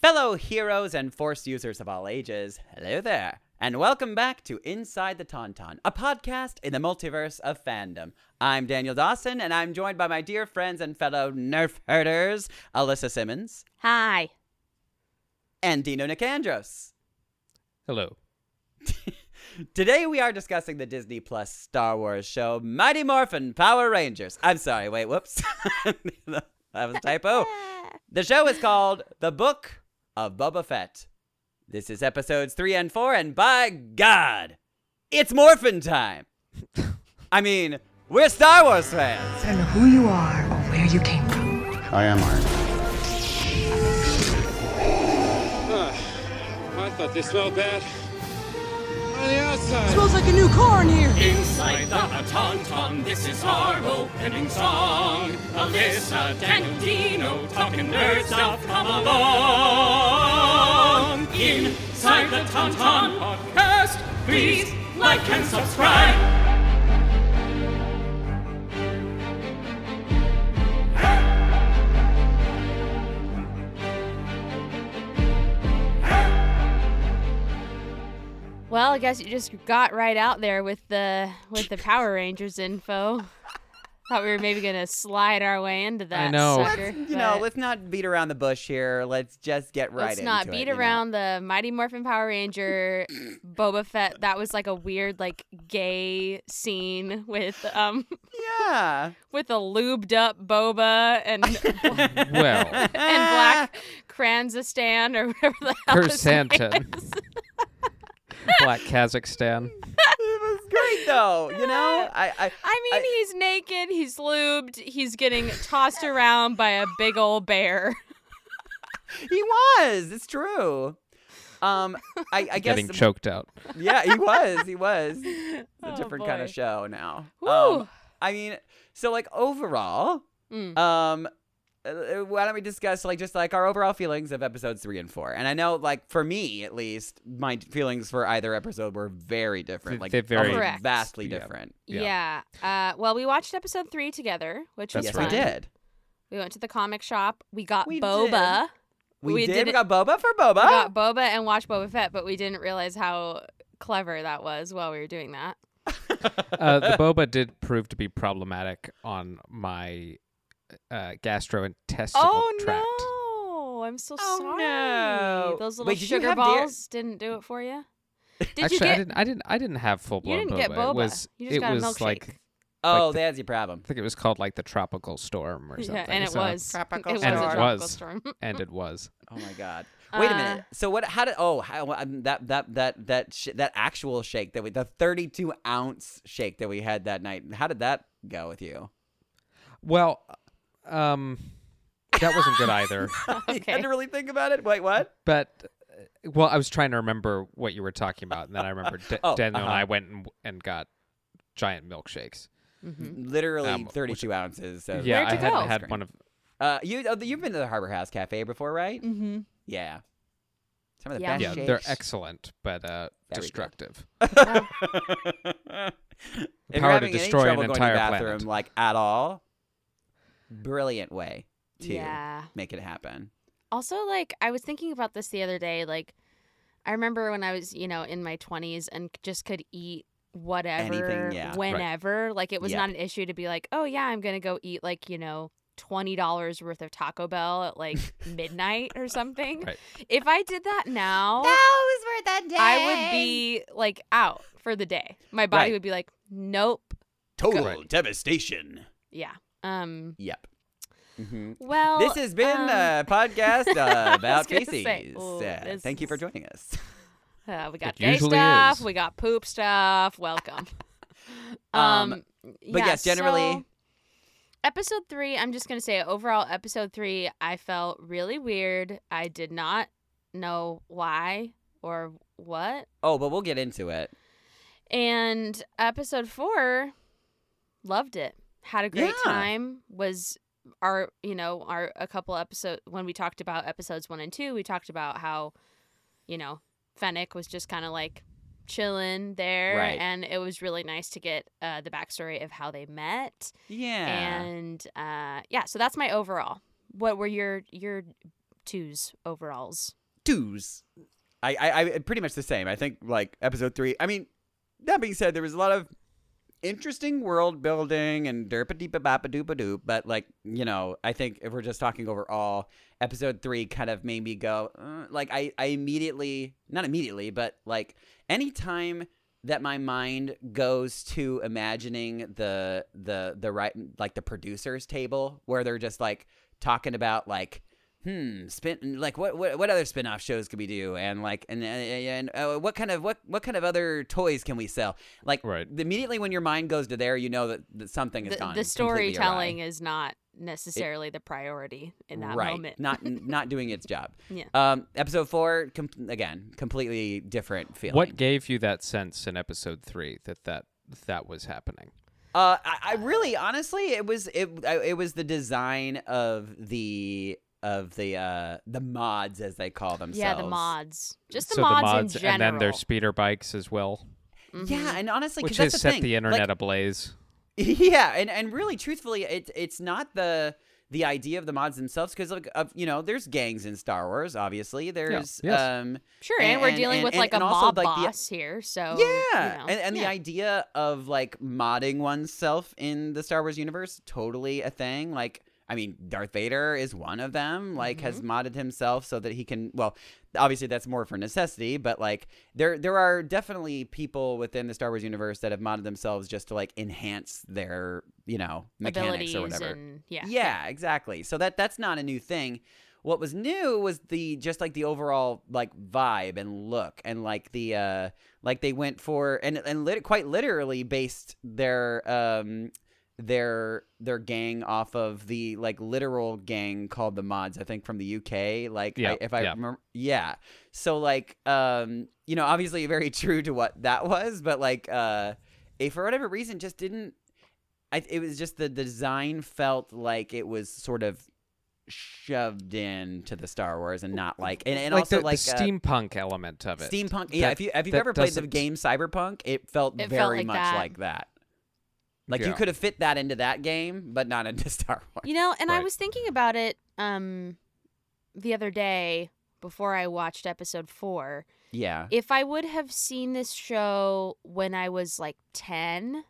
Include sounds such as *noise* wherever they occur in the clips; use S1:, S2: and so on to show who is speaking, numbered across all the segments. S1: Fellow heroes and force users of all ages, hello there, and welcome back to Inside the Tauntaun, a podcast in the multiverse of fandom. I'm Daniel Dawson, and I'm joined by my dear friends and fellow nerf herders, Alyssa Simmons
S2: Hi.
S1: and Dino Nicandros.
S2: *laughs*
S3: Hello.
S1: Today we are discussing the Disney Plus Star Wars show Mighty Morphin Power Rangers. I'm sorry, wait, whoops. *laughs* that was a typo. The show is called The Book of Boba Fett. This is episodes three and four, and by God, it's morphin time. I mean, we're Star Wars fans.
S4: and who you are or where you came from.
S5: I am Iron Man.
S6: I thought they smelled bad. On the outside.
S7: Inside the Tauntaun, this is our opening song. Alyssa, Daniel, Dino, talking nerd stuff, come along. Inside the Tauntaun podcast, please like and subscribe.
S2: Well, I guess you just got right out there with the with the Power Rangers info. Thought we were maybe gonna slide our way into that.
S3: know.
S2: Sucker,
S1: You know,
S2: but
S1: let's not beat around the bush here. Let's just get right
S2: let's not
S1: into it,
S2: beat
S1: you know.
S2: around the Mighty Morphin
S1: *clears throat*
S2: Power Ranger Boba Fett. That was like a weird like gay scene with um *laughs*
S1: Yeah.
S2: with a lubed up
S1: *laughs*
S2: Boba and and
S3: Well,
S2: black Kranzistan or whatever the hell. his name
S3: Kersantan.
S2: is.
S3: *laughs* Black Kazakhstan.
S1: It was great though. You know, I, I
S2: I mean, he's naked, he's lubed, he's getting tossed around by a big old bear.
S1: he was. It's true. Um, I, I guess
S3: Getting choked out.
S1: yeah, he was. He was. It's *laughs* a
S2: Oh,
S1: different kind of
S2: boy.
S1: show now.
S2: Woo.
S1: Um, I mean, so like overall,
S2: Mm.
S1: um, uh, why don't we discuss like just like our overall feelings of episodes three and four? And I know like for me at least, my feelings for either episode were very different.
S3: They-
S1: Like
S3: they varied.
S1: almost
S2: Correct.
S1: vastly
S3: Yeah.
S1: different.
S2: Yeah.
S3: Yeah.
S2: Uh, well, we watched episode three together, which
S3: That's
S1: yes,
S2: was fun.
S1: we did.
S2: We went to the comic shop. We got
S1: We
S2: Boba.
S1: We,
S2: We
S1: did.
S2: did
S1: we
S2: it-
S1: got Boba for Boba.
S2: We got Boba and watched Boba Fett, but we didn't realize how clever that was while we were doing that.
S3: Uh,
S2: *laughs*
S3: the boba did prove to be problematic on my uh, gastrointestinal
S2: oh
S3: tract.
S2: no! I'm so
S1: Oh,
S2: sorry.
S1: no.
S2: Those little
S1: Wait, did you
S2: sugar
S1: have dairy-
S2: balls didn't do it for you. Did
S3: Actually,
S2: you get?
S3: I didn't. I didn't. I didn't have full
S2: you
S3: blown
S2: didn't
S3: boba.
S2: get Boba.
S3: It was.
S2: you just
S3: it
S2: got
S3: was
S2: a milkshake.
S3: like. I
S1: oh,
S3: like the-
S1: that's your problem.
S3: think it was called like the tropical storm or something.
S2: yeah, and it
S3: so-
S2: was.
S1: Tropical
S2: it was
S3: And
S2: a
S3: it
S2: tropical
S3: was. *laughs*
S2: storm.
S3: And it was.
S1: Oh my god. Wait a minute.
S2: Uh,
S1: So what? How did? Oh, how, um, that that that that sh- that actual shake that we the thirty two ounce shake that we had that night. How did that go with you?
S3: Well, um, that wasn't
S2: *laughs*
S3: good either.
S1: *laughs* you had
S2: Okay.
S1: to really think about it. Wait, what?
S3: But uh, well, I was trying to remember what you were talking about, and then I remembered D-
S1: *laughs* Oh,
S3: Daniel and
S1: uh-huh.
S3: I went and, and got giant milkshakes.
S1: Mm-hmm. Literally
S3: Um,
S1: thirty two ounces. Of,
S3: yeah,
S2: Where'd
S3: I
S2: you
S3: hadn't
S2: go?
S3: had one of.
S1: Uh, you oh, you've been to the Harbor House Cafe before, right?
S2: Mm-hmm.
S1: Yeah. Some of the
S2: Yeah.
S1: best
S3: Yeah,
S1: shakes. *laughs*
S3: they're excellent, but uh,
S1: Very good.
S3: destructive.
S1: If you're
S3: power to
S1: having any
S3: destroy
S1: trouble
S3: an
S1: going to the
S3: entire
S1: bathroom,
S3: planet.
S1: like at all, brilliant way to
S2: Yeah.
S1: make it happen.
S2: Also, like I was thinking about this the other day. Like I remember when I was, you know, in my twenties and c- just could eat whatever,
S1: yeah. Right.
S2: whenever. Like it was
S1: Yep.
S2: not an issue to be like, oh yeah, I'm gonna go eat like you know. Twenty dollars worth of Taco Bell at
S3: *laughs*
S2: like midnight or something.
S3: Right.
S2: If I did that now,
S1: was worth that day.
S2: I would be like out for the day. My body
S1: Right.
S2: would be like, nope.
S1: total
S3: Right.
S1: devastation.
S2: Yeah. Um.
S1: Yep. hmm
S2: Well,
S1: this has been
S2: um, *laughs*
S1: a podcast uh, about
S2: gonna say,
S1: feces.
S2: ooh,
S1: Uh,
S2: this
S1: thank you for
S2: is-
S1: joining us. *laughs*
S2: Uh, we got
S3: It
S2: gay
S3: usually
S2: stuff.
S3: is.
S2: We got poop stuff. Welcome.
S1: Um,
S2: yeah,
S1: yes, generally-
S2: so episode three. I'm just gonna say overall, episode three, I felt really weird. I did not know why or what.
S1: Oh, but we'll get into it.
S2: And episode four, loved it. Had a great
S1: Yeah.
S2: time. Was our you know our a couple episode when we talked about episodes one and two, we talked about how you know Fennec was just kind of like chilling there,
S1: Right.
S2: and it was really nice to get uh, the backstory of how they met.
S1: Yeah.
S2: And uh, yeah, so that's my overall. What were your your twos overalls.
S1: twos. I, I, I pretty much the same. I think like episode three. I mean, that being said, there was a lot of interesting world building and derpa deepa bapa doopa doop. But like you know, I think if we're just talking overall, episode three kind of made me go uh, like I I immediately not immediately, but like anytime that my mind goes to imagining the the the right like the producers table where they're just like talking about like hmm spin like what what what other spin-off shows could we do and like and and, and uh, what kind of what what kind of other toys can we sell like
S3: Right.
S1: immediately when your mind goes to there you know that, that something is
S2: The,
S1: gone
S2: the
S1: completely awry
S2: storytelling is not necessarily the priority in that
S1: right.
S2: moment. *laughs*
S1: not not doing its job.
S2: Yeah.
S1: Um, episode four, com- again, completely different feeling.
S3: What gave you that sense in episode three that that that was happening?
S1: Uh, I, I really, honestly, it was it I- it was the design of the of the uh the mods as they call themselves.
S2: yeah, the mods. Just the,
S3: so
S2: mods
S3: the mods,
S2: in general.
S3: and then their speeder bikes as well,
S2: Mm-hmm.
S1: Yeah, and honestly, 'cause
S3: which
S1: that's
S3: has
S1: the
S3: set
S1: thing.
S3: the
S1: Like,
S3: internet ablaze.
S1: *laughs* yeah and and really truthfully it it's not the the idea of the mods themselves because like of you know there's gangs in star wars obviously there's
S3: yes.
S1: um
S2: Sure, and, we're dealing
S1: and-
S2: with
S1: and-
S2: like
S1: and
S2: a
S1: also,
S2: mob
S1: like, the-
S2: boss here, so
S1: yeah
S2: you know,
S1: and, and the
S2: yeah.
S1: idea of like modding oneself in the star wars universe totally a thing like i mean darth vader is one of them like has
S2: Mm-hmm.
S1: modded himself so that he can well obviously that's more for necessity but like there there are definitely people within the star wars universe that have modded themselves just to like enhance their you know mechanics
S2: abilities
S1: or whatever
S2: and yeah,
S1: yeah exactly so that that's not a new thing what was new was the just like the overall like vibe and look and like the uh like they went for and and lit- quite literally based their um their their gang off of the like literal gang called the mods i think from the uk like
S3: Yeah,
S1: I, if i
S3: yeah.
S1: remember yeah so like um you know obviously very *laughs* true to what that was but like uh if for whatever reason just didn't I, it was just the design felt like it was sort of shoved into the Star Wars and not like and, and
S3: like
S1: also
S3: the,
S1: like
S3: the
S1: uh,
S3: steampunk element of it.
S1: steampunk. Yeah,
S3: That-
S1: if you if you've
S3: that
S1: ever played the
S3: doesn't-
S1: game Cyberpunk, it felt
S2: It felt
S1: very
S2: like
S1: much
S2: that.
S1: like that. Like you
S3: Yeah.
S1: could have fit that into that game, but not into *laughs* Star Wars.
S2: You know, and I
S3: Right.
S2: was thinking about it um the other day before I watched episode 4.
S1: yeah.
S2: If I would have seen this show when I was like 10,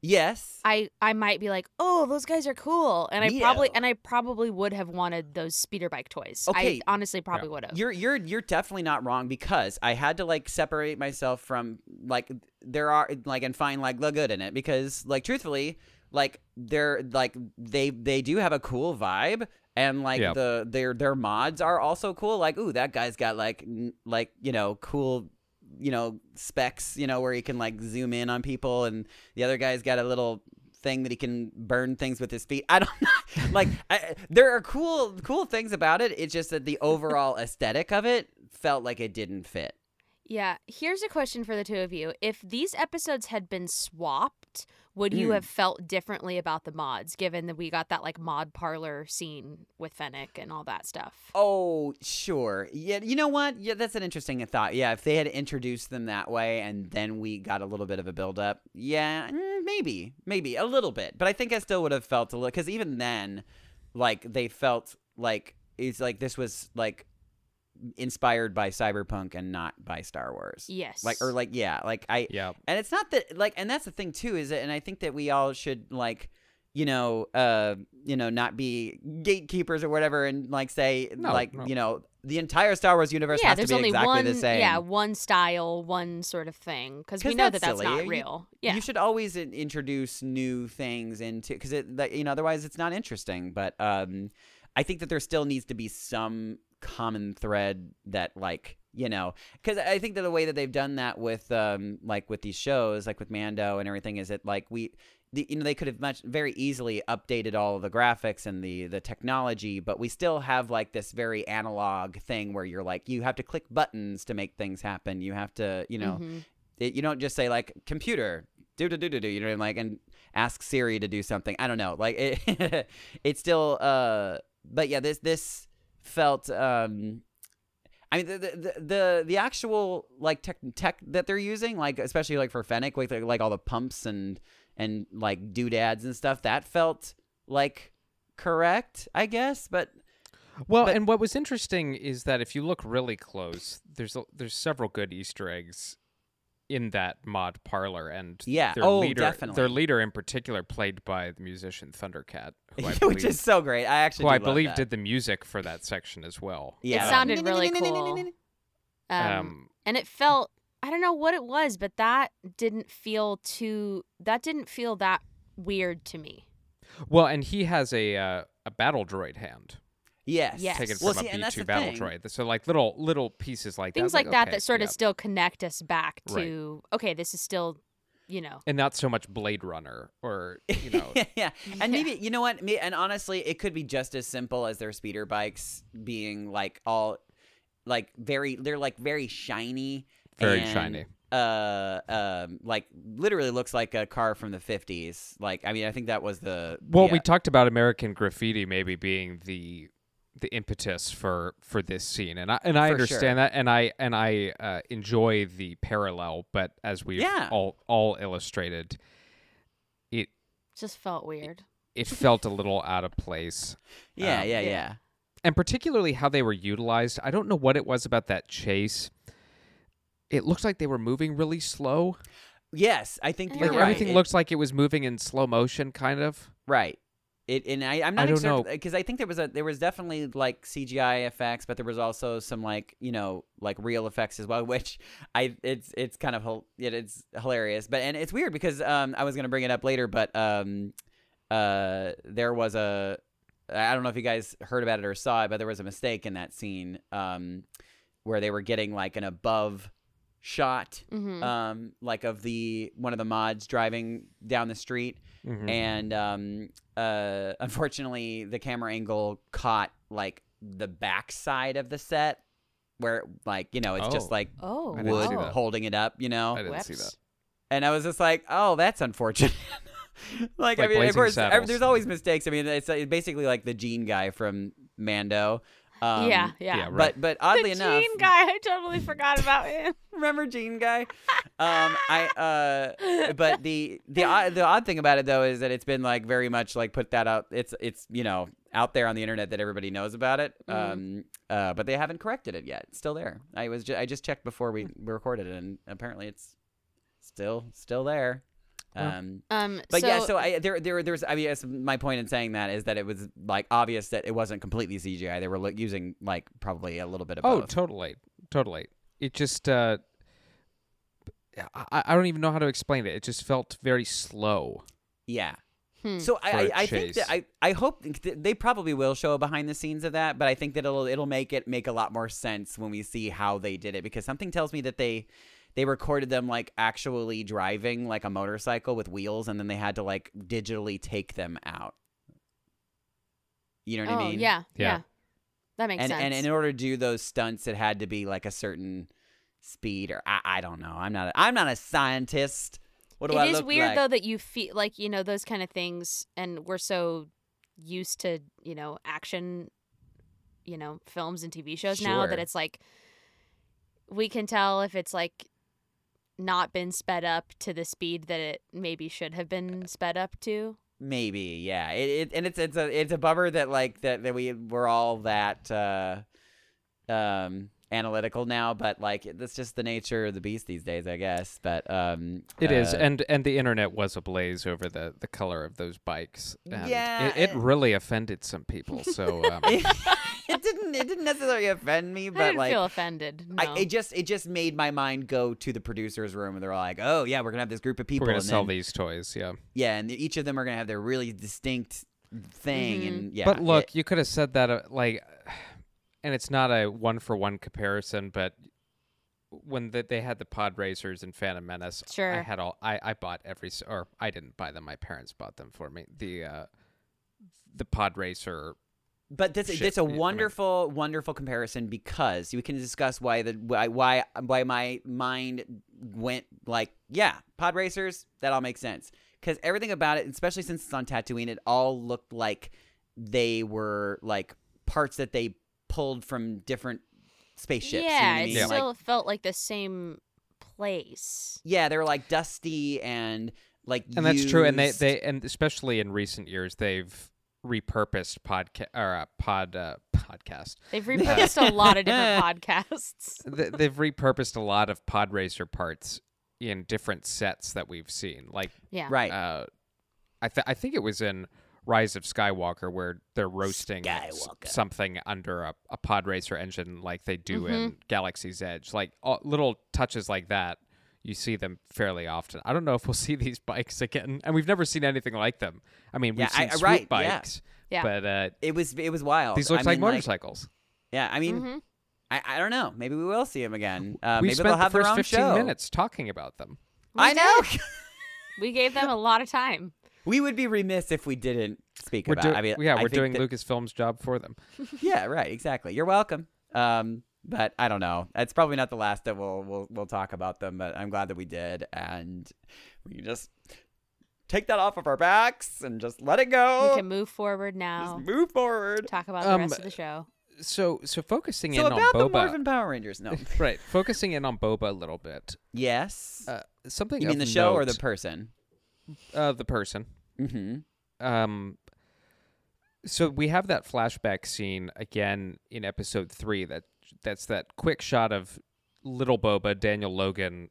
S1: yes.
S2: I I might be like, "Oh, those guys are cool." And I probably
S1: Yeah.
S2: and I probably would have wanted those speeder bike toys.
S1: Okay.
S2: I honestly probably would have.
S1: You're you're you're definitely not wrong because I had to like separate myself from like there are like and find like the good in it because like truthfully like they're like they they do have a cool vibe and like
S3: Yeah.
S1: the their their mods are also cool like ooh that guy's got like n- like you know cool you know specs you know where he can like zoom in on people and the other guy's got a little thing that he can burn things with his feet *laughs* i don't know like I, there are cool cool things about it it's just that the overall aesthetic of it felt like it didn't fit
S2: Yeah, here's a question for the two of you. If these episodes had been swapped, would you
S1: Mm.
S2: have felt differently about the mods given that we got that like mod parlor scene with Fennec and all that stuff?
S1: oh sure yeah you know what yeah that's an interesting thought yeah if they had introduced them that way and then we got a little bit of a build up yeah mm, maybe maybe a little bit but i think i still would have felt a little because even then like they felt like it's like this was like inspired by cyberpunk and not by star wars
S2: Yes.
S1: like or like yeah like i
S3: yeah,
S1: and it's not that like and that's the thing too is it and i think that we all should like you know uh you know not be gatekeepers or whatever and like say
S3: No,
S1: like
S3: no.
S1: you know the entire star wars universe
S2: yeah,
S1: has to
S2: there's
S1: be
S2: only
S1: exactly
S2: one
S1: the same
S2: yeah, one style, one sort of thing cuz we
S1: 'Cause
S2: know
S1: that's
S2: that that's
S1: silly.
S2: not
S1: You-
S2: real. yeah.
S1: you should always in- introduce new things into because it like, you know otherwise it's not interesting but um i think that there still needs to be some common thread that like you know because i think that the way that they've done that with um like with these shows like with mando and everything is that like we the, you know they could have much very easily updated all of the graphics and the the technology but we still have like this very analog thing where you're like you have to click buttons to make things happen you have to you know
S2: Mhm.
S1: it, you don't just say like computer do do do do do you know what I mean? like and ask Siri to do something. I don't know. Like it *laughs* it's still uh but yeah this this felt um I mean the the the, the, the actual like tech tech that they're using like especially like for Fennec with like, like all the pumps and and like doodads and stuff that felt like correct I guess but
S3: Well,
S1: But-
S3: and what was interesting is that if you look really close, there's a, there's several good Easter eggs in that mod parlor, and
S1: Yeah.
S3: their
S1: Oh,
S3: leader,
S1: definitely.
S3: their leader in particular, played by the musician Thundercat,
S1: *laughs*
S3: who I
S1: which
S3: believe,
S1: is so great. I actually
S3: who I
S1: do love
S3: believe
S1: that.
S3: did the music for that section as well.
S1: yeah.
S2: It sounded really cool. Um,
S3: Um,
S2: and it felt I don't know what it was, but that didn't feel too that didn't feel that weird to me.
S3: well, and he has a uh, a battle droid hand
S1: Yes.
S2: Yes.
S3: taken
S1: Well,
S3: from
S1: see,
S3: a
S1: and
S3: B
S1: that's
S3: two
S1: the
S3: battle
S1: thing.
S3: droid. So like little little pieces like
S2: Things
S3: that,
S2: like, that
S3: okay,
S2: that sort
S3: yeah.
S2: of still connect us back
S3: Right.
S2: to okay, this is still, you know,
S3: and not so much Blade Runner or you
S1: *laughs*
S3: know
S1: yeah, and
S2: Yeah.
S1: maybe you know what? Me and honestly, it could be just as simple as their speeder bikes being like all, like very. They're like very shiny,
S3: Very
S1: and,
S3: shiny.
S1: Uh, um, like literally looks like a car from the fifties. Like, I mean, I think that was the
S3: Well,
S1: yeah.
S3: we talked about American graffiti maybe being the the impetus for for this scene, and I and I
S1: For
S3: understand
S1: sure.
S3: that, and I and I uh, enjoy the parallel, but as we've
S1: Yeah.
S3: all all illustrated, it
S2: just felt weird.
S3: it felt a little out of place,
S1: yeah,
S3: um,
S1: yeah,
S2: yeah.
S1: yeah.
S3: and particularly how they were utilized. I don't know what it was about that chase. It looked like they were moving really slow.
S1: Yes, I think
S2: Like,
S1: you're
S3: Like
S1: right.
S3: everything
S1: It-
S3: looked like it was moving in slow motion, kind of.
S1: Right. It and I I'm not
S3: I don't know.
S1: because I think there was a there was definitely like CGI effects, but there was also some like you know like real effects as well, *laughs* which I it's it's kind of hil- it, it's hilarious, but and it's weird because um I was gonna bring it up later, but um uh there was a I don't know if you guys heard about it or saw it, but there was a mistake in that scene um where they were getting like an above shot
S2: hmm
S1: um like of the one of the mods driving down the street
S3: Mm-hmm.
S1: and um, uh, *laughs* unfortunately, the camera angle caught like the backside of the set, where like you know it's
S3: Oh.
S1: just like
S2: oh,
S3: I didn't
S1: wood
S3: see
S2: wow.
S3: that.
S1: holding it up, you know.
S3: I didn't see
S2: Whoops.
S3: that.
S1: and I was just like, oh, that's unfortunate. *laughs* like, I
S3: Like
S1: mean,
S3: Blazing
S1: of course, ev-
S3: Saddles.
S1: there's always mistakes. I mean, it's uh, basically like the Gene guy from Mando. Um,
S2: yeah, yeah. *laughs*
S3: yeah,
S1: But
S3: right.
S1: but oddly
S2: the
S1: enough,
S2: Gene guy, I totally forgot about him.
S1: remember Gene guy? Um, I uh, but the the odd, the odd thing about it though is that it's been like very much like put that out. It's it's you know out there on the internet that everybody knows about it.
S2: Mhm.
S1: Um, uh, but they haven't corrected it yet. It's still there. I was ju- I just checked before we we recorded it, and apparently it's still still there.
S3: Well.
S1: Um,
S2: Um,
S1: but yeah, so I there there there's I mean that's my point in saying that is that it was like obvious that it wasn't completely CGI. They were lo- using like probably a little bit of
S3: Oh,
S1: both.
S3: totally, totally. It just, uh, I, I don't even know how to explain it. It just felt very slow.
S1: yeah.
S2: Hmm.
S1: So I,
S3: for
S1: I,
S3: a
S1: I think that I,
S3: chase.
S1: I hope th- they probably will show a behind the scenes of that, but I think that it'll it'll make it make a lot more sense when we see how they did it because something tells me that they they recorded them like actually driving like a motorcycle with wheels and then they had to like digitally take them out. You know what
S2: oh
S1: I mean?
S2: yeah, yeah,
S3: Yeah.
S2: that makes
S1: And,
S2: sense.
S1: and in order to do those stunts, it had to be like a certain speed or I, I don't know. I'm not a, I'm not a scientist. What do I
S2: it is
S1: look
S2: weird
S1: like?
S2: though that you feel like you know those kind of things and we're so used to you know action you know films and tv shows now
S3: Sure.
S2: that it's like we can tell if it's like not been sped up to the speed that it maybe should have
S1: Uh,
S2: been sped up to
S1: Maybe, yeah. It, it and it's it's a it's a bummer that like that, that we we're all that uh um analytical now, but like that's just the nature of the beast these days, I guess. But um
S3: It is,
S1: uh, *laughs*
S3: and and the internet was ablaze over the the color of those bikes. and
S1: Yeah,
S3: it, it
S1: eh.
S3: really offended some people. So
S1: *laughs*
S3: um,
S1: it didn't it didn't necessarily offend me,
S2: i
S1: but
S2: didn't
S1: like
S2: feel offended no.
S1: I, it just it just made my mind go to the producers room and they're like, "Oh, yeah, we're going to have this group of people
S3: we're gonna
S1: and
S3: sell
S1: then-
S3: these toys. Yeah,
S1: Yeah, and each of them are going to have their really distinct thing
S2: Mhm.
S1: and yeah.
S3: but look,
S1: it-
S3: you could have said that uh, like, *sighs* and it's not a one for one comparison, but when the, they had the pod racers and Phantom Menace, I
S2: Sure.
S3: had all I, I bought every s- or I didn't buy them. My parents bought them for me. The uh, the pod racer
S1: But this
S3: shit,
S1: it's
S3: I
S1: a
S3: mean-
S1: wonderful, wonderful comparison because we can discuss why the why why why my mind went like yeah, pod racers that all makes sense because everything about it, especially since it's on Tatooine, it all looked like they were like parts that they pulled from different spaceships. you know what
S2: yeah
S1: I
S2: it
S1: mean?
S3: Yeah.
S1: Like-
S2: still felt like the same place
S1: yeah, they were like dusty and like
S3: and that's true and they
S1: used.
S3: they and especially in recent years they've repurposed podcast or uh, pod uh, podcast.
S1: *laughs*
S2: They've repurposed a lot of different podcasts.
S3: *laughs* Th- they've repurposed a lot of Podracer parts in different sets that we've seen. Like
S2: Yeah.
S1: Right.
S3: uh, I th- I think it was in Rise of Skywalker where they're roasting s-
S1: Skywalker.
S3: something under a, a pod racer engine like they do
S1: Mm-hmm.
S3: in Galaxy's Edge. Like all, little touches like that, you see them fairly often. I don't know if we'll *laughs* see these bikes again, and we've never seen anything like them. I mean,
S1: Yeah,
S3: we've seen
S1: I-
S3: swoop
S1: right, yeah.
S3: bikes,
S2: Yeah.
S3: but uh,
S1: It was it was wild.
S3: these
S1: I
S3: look like
S1: mean,
S3: motorcycles.
S1: yeah, I mean,
S2: Mhm.
S1: I, I don't know. Maybe we will see him again. Uh,
S3: we
S1: maybe
S3: spent
S1: they'll have
S3: the first
S1: their own
S3: 15
S1: show.
S3: minutes talking about them.
S1: I know.
S2: We gave them a lot of time.
S1: *laughs* we would be remiss if we didn't speak
S3: We're
S1: about.
S3: do-
S1: I mean,
S3: yeah,
S1: I
S3: we're
S1: think
S3: doing
S1: that-
S3: Lucasfilm's job for them.
S1: Yeah, right. Exactly. You're welcome. Um, but I don't know. It's probably not the last that we'll we'll we'll talk about them. But I'm glad that we did, and we can just take that off of our backs and just let it
S2: We
S1: go.
S2: can move forward now.
S1: Oh. just move forward.
S2: Talk about the
S3: Um,
S2: rest of the show.
S3: So, so focusing
S1: So
S3: in on
S1: about the
S3: Boba.
S1: Morphin Power Rangers.
S3: *laughs*
S1: No.
S3: Um, right, focusing in on Boba a little bit.
S1: yes.
S3: Uh, something
S1: you mean the
S3: of
S1: show or the
S3: note-
S1: person?
S3: uh, the person.
S1: Mm-hmm.
S3: Um, so we have that flashback scene again in episode three. That that's that quick shot of little Boba Daniel Logan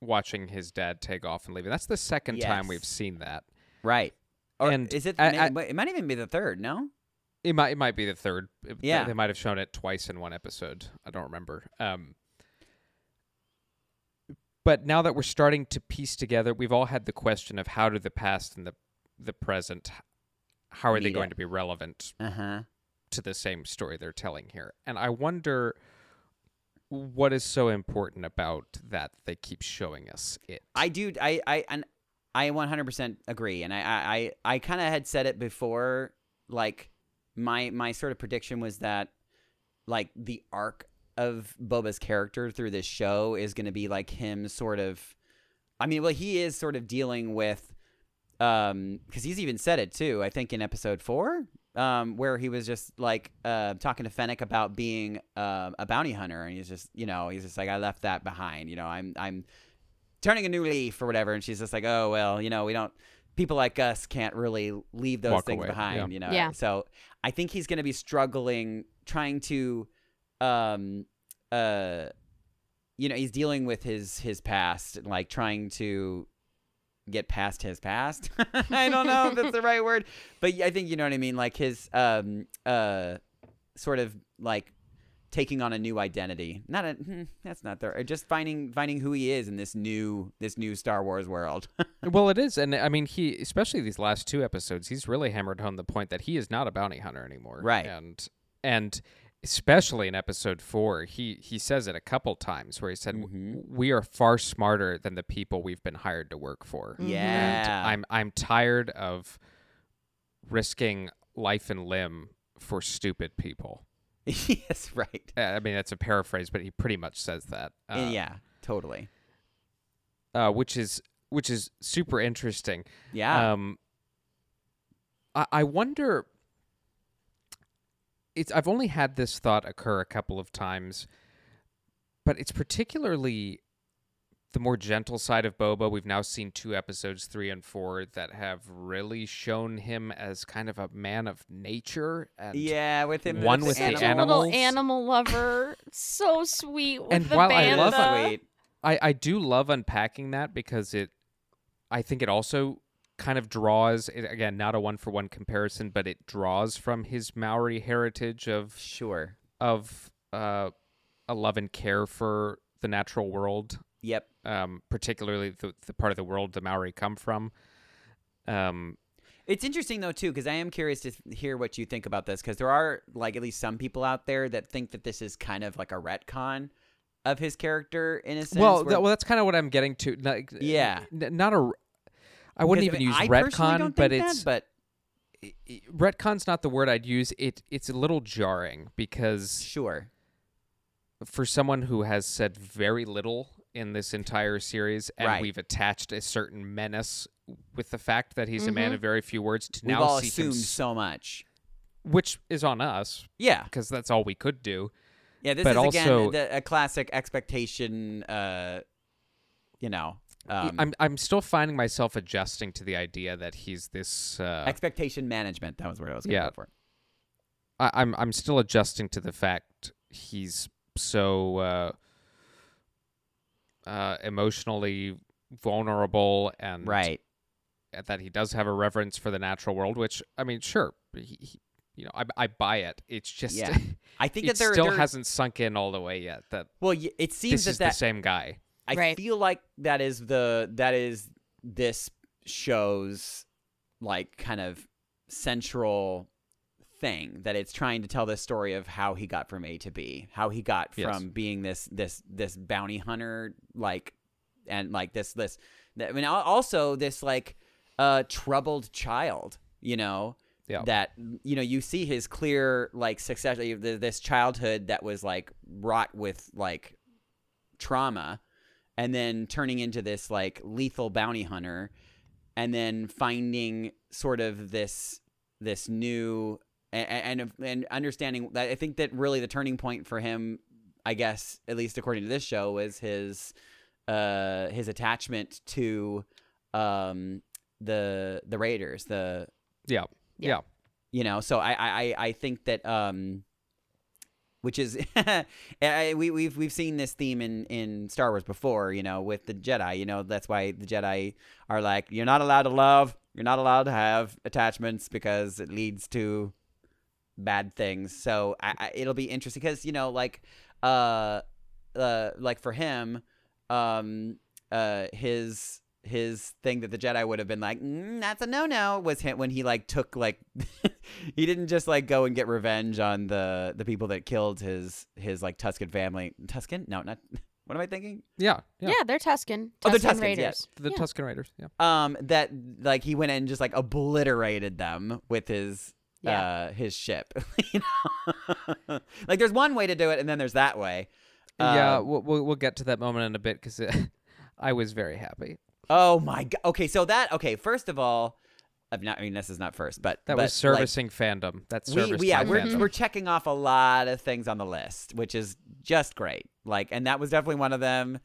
S3: watching his dad take off and leave. And that's the second time we've
S1: Yes.
S3: seen that.
S1: Right. Or
S3: And
S1: is it?
S3: I-
S1: may-
S3: I-
S1: wait, it might even be the third. No.
S3: It might it might be the third. It- they-
S1: Yeah.
S3: they might have shown it twice in one episode. I don't remember. Um, but now that we're starting to piece together, we've all had the question of how do the past and the the present, how are they
S1: Meet
S3: going
S1: up.
S3: to be relevant
S1: Uh huh.
S3: to the same story they're telling here? And I wonder what is so important about that they keep showing us it.
S1: I do. I I and I 100% agree. And I I I, I kind of had said it before. Like my my sort of prediction was that like the arc of Boba's character through this show is going to be like him sort of. I mean, well, he is sort of dealing with um because he's even said it too i think in episode four um where he was just like uh talking to fennec about being uh, a bounty hunter and he's just you know he's just like i left that behind you know i'm i'm turning a new leaf or whatever and she's just like oh well you know we don't people like us can't really leave those
S3: Walk
S1: things
S3: away,
S1: behind
S3: yeah.
S1: you know
S2: Yeah.
S1: so i think he's going to be struggling trying to um uh you know he's dealing with his his past like trying to get past his past *laughs* i don't know if that's the right word but i think you know what i mean like his um uh sort of like taking on a new identity not a hmm, that's not the or just finding finding who he is in this new this new star wars world *laughs*
S3: Well, it is, and I mean, he especially these last two episodes, he's really hammered home the point that he is not a bounty hunter anymore,
S1: Right.
S3: And and especially in episode four, he he says it a couple times where he said,
S1: Mhm.
S3: "We are far smarter than the people we've been hired to work for."
S1: yeah
S3: I'm I'm tired of risking life and limb for stupid people.
S1: *laughs* yes right
S3: Uh, I mean, that's a paraphrase, but he pretty much says that. Uh,
S1: yeah totally
S3: uh, which is which is super interesting.
S1: yeah
S3: Um, I, I wonder. It's I've only had this thought occur a couple of times, but it's particularly the more gentle side of Boba. We've now seen two episodes, three and four, that have really shown him as kind of a man of nature. And
S1: yeah with him
S3: one with the
S2: Such
S1: animals.
S2: a
S3: animals.
S2: little animal lover. so sweet with
S3: And
S2: the
S3: while I
S2: banda.
S3: love
S1: so sweet
S3: I, I do love unpacking that because it I think it also kind of draws it, again not a one for one comparison but it draws from his Maori heritage of
S1: sure
S3: of uh, a love and care for the natural world
S1: yep
S3: um, particularly the, the part of the world the Maori come from um,
S1: It's interesting though too, because I am curious to th- hear what you think about this, because there are like at least some people out there that think that this is kind of like a retcon of his character in a sense.
S3: well
S1: where-
S3: tha- well that's kind of what I'm getting to like,
S1: Yeah.
S3: n- not a I wouldn't
S1: because,
S3: even use
S1: I mean, I personally
S3: retcon
S1: don't
S3: but
S1: think that,
S3: it's
S1: but
S3: i- i- retcon's not the word I'd use it it's a little jarring because
S1: sure,
S3: for someone who has said very little in this entire series and
S1: Right.
S3: we've attached a certain menace with the fact that he's a man of very few words to
S1: Mm-hmm. we've
S3: now
S1: all
S3: see him
S1: assumed
S3: s-
S1: so much.
S3: which is on us
S1: Yeah,
S3: because that's all we could do
S1: yeah. This
S3: But
S1: is again
S3: also-
S1: the, a classic expectation. Uh, you know, Um,
S3: I'm I'm still finding myself adjusting to the idea that he's this. Uh,
S1: expectation management. That was what I was going
S3: Yeah.
S1: go for.
S3: I, I'm I'm still adjusting to the fact he's so uh, uh, emotionally vulnerable and
S1: Right.
S3: that he does have a reverence for the natural world. Which I mean, sure, he, he, you know, I, I buy it. It's just *laughs*
S1: Yeah. I think
S3: it
S1: that there,
S3: still
S1: there-
S3: hasn't sunk in all the way yet that
S1: Well, y- it seems
S3: this
S1: that
S3: is
S1: that
S3: the same guy.
S1: I
S2: Right.
S1: feel like that is the that is this show's like kind of central thing that it's trying to tell the story of how he got from A to B, how he got
S3: Yes.
S1: from being this this this bounty hunter like and like this this I mean al- also this like uh troubled child, you know,
S3: Yeah.
S1: that you know you see his clear like success th- this childhood that was like wrought with like trauma and then turning into this like lethal bounty hunter and then finding sort of this this new and and, and understanding that I think that really the turning point for him I guess at least according to this show was his uh his attachment to um the the raiders the
S3: Yeah.
S2: Yeah.
S3: Yeah.
S1: you know so i i i I think that um which is *laughs* I- I- we we've we've seen this theme in in Star Wars before you know with the Jedi you know that's why the Jedi are like you're not allowed to love you're not allowed to have attachments because it leads to bad things so I, I it'll be interesting because you know like uh uh like for him um uh his his thing that the Jedi would have been like, mm, that's a no no, was him when he like took like *laughs* he didn't just like go and get revenge on the the people that killed his his like Tuscan family. Tuscan? No, not. *laughs* What am I thinking?
S3: Yeah. Yeah.
S2: Yeah, they're Tuscan.
S1: Oh,
S2: Tuscan
S1: they're Tuscans,
S2: Raiders.
S1: yes.
S3: The
S2: Yeah.
S3: Tuscan Raiders. Yeah.
S1: Um, that like he went and just like obliterated them with his uh his ship. *laughs* you know? *laughs* like there's one way to do it, and then there's that way.
S3: yeah.
S1: Um,
S3: We'll, we'll we'll get to that moment in a bit because *laughs* I was very happy.
S1: Oh my god. Okay, so that okay. First of all, I'm not. I mean, this is not first, but
S3: That
S1: but,
S3: was
S1: like,
S3: servicing fandom. That
S1: we,
S3: serviced
S1: we yeah
S3: my
S1: we're,
S3: fandom.
S1: we're checking off a lot of things on the list which is just great like and that was definitely one of them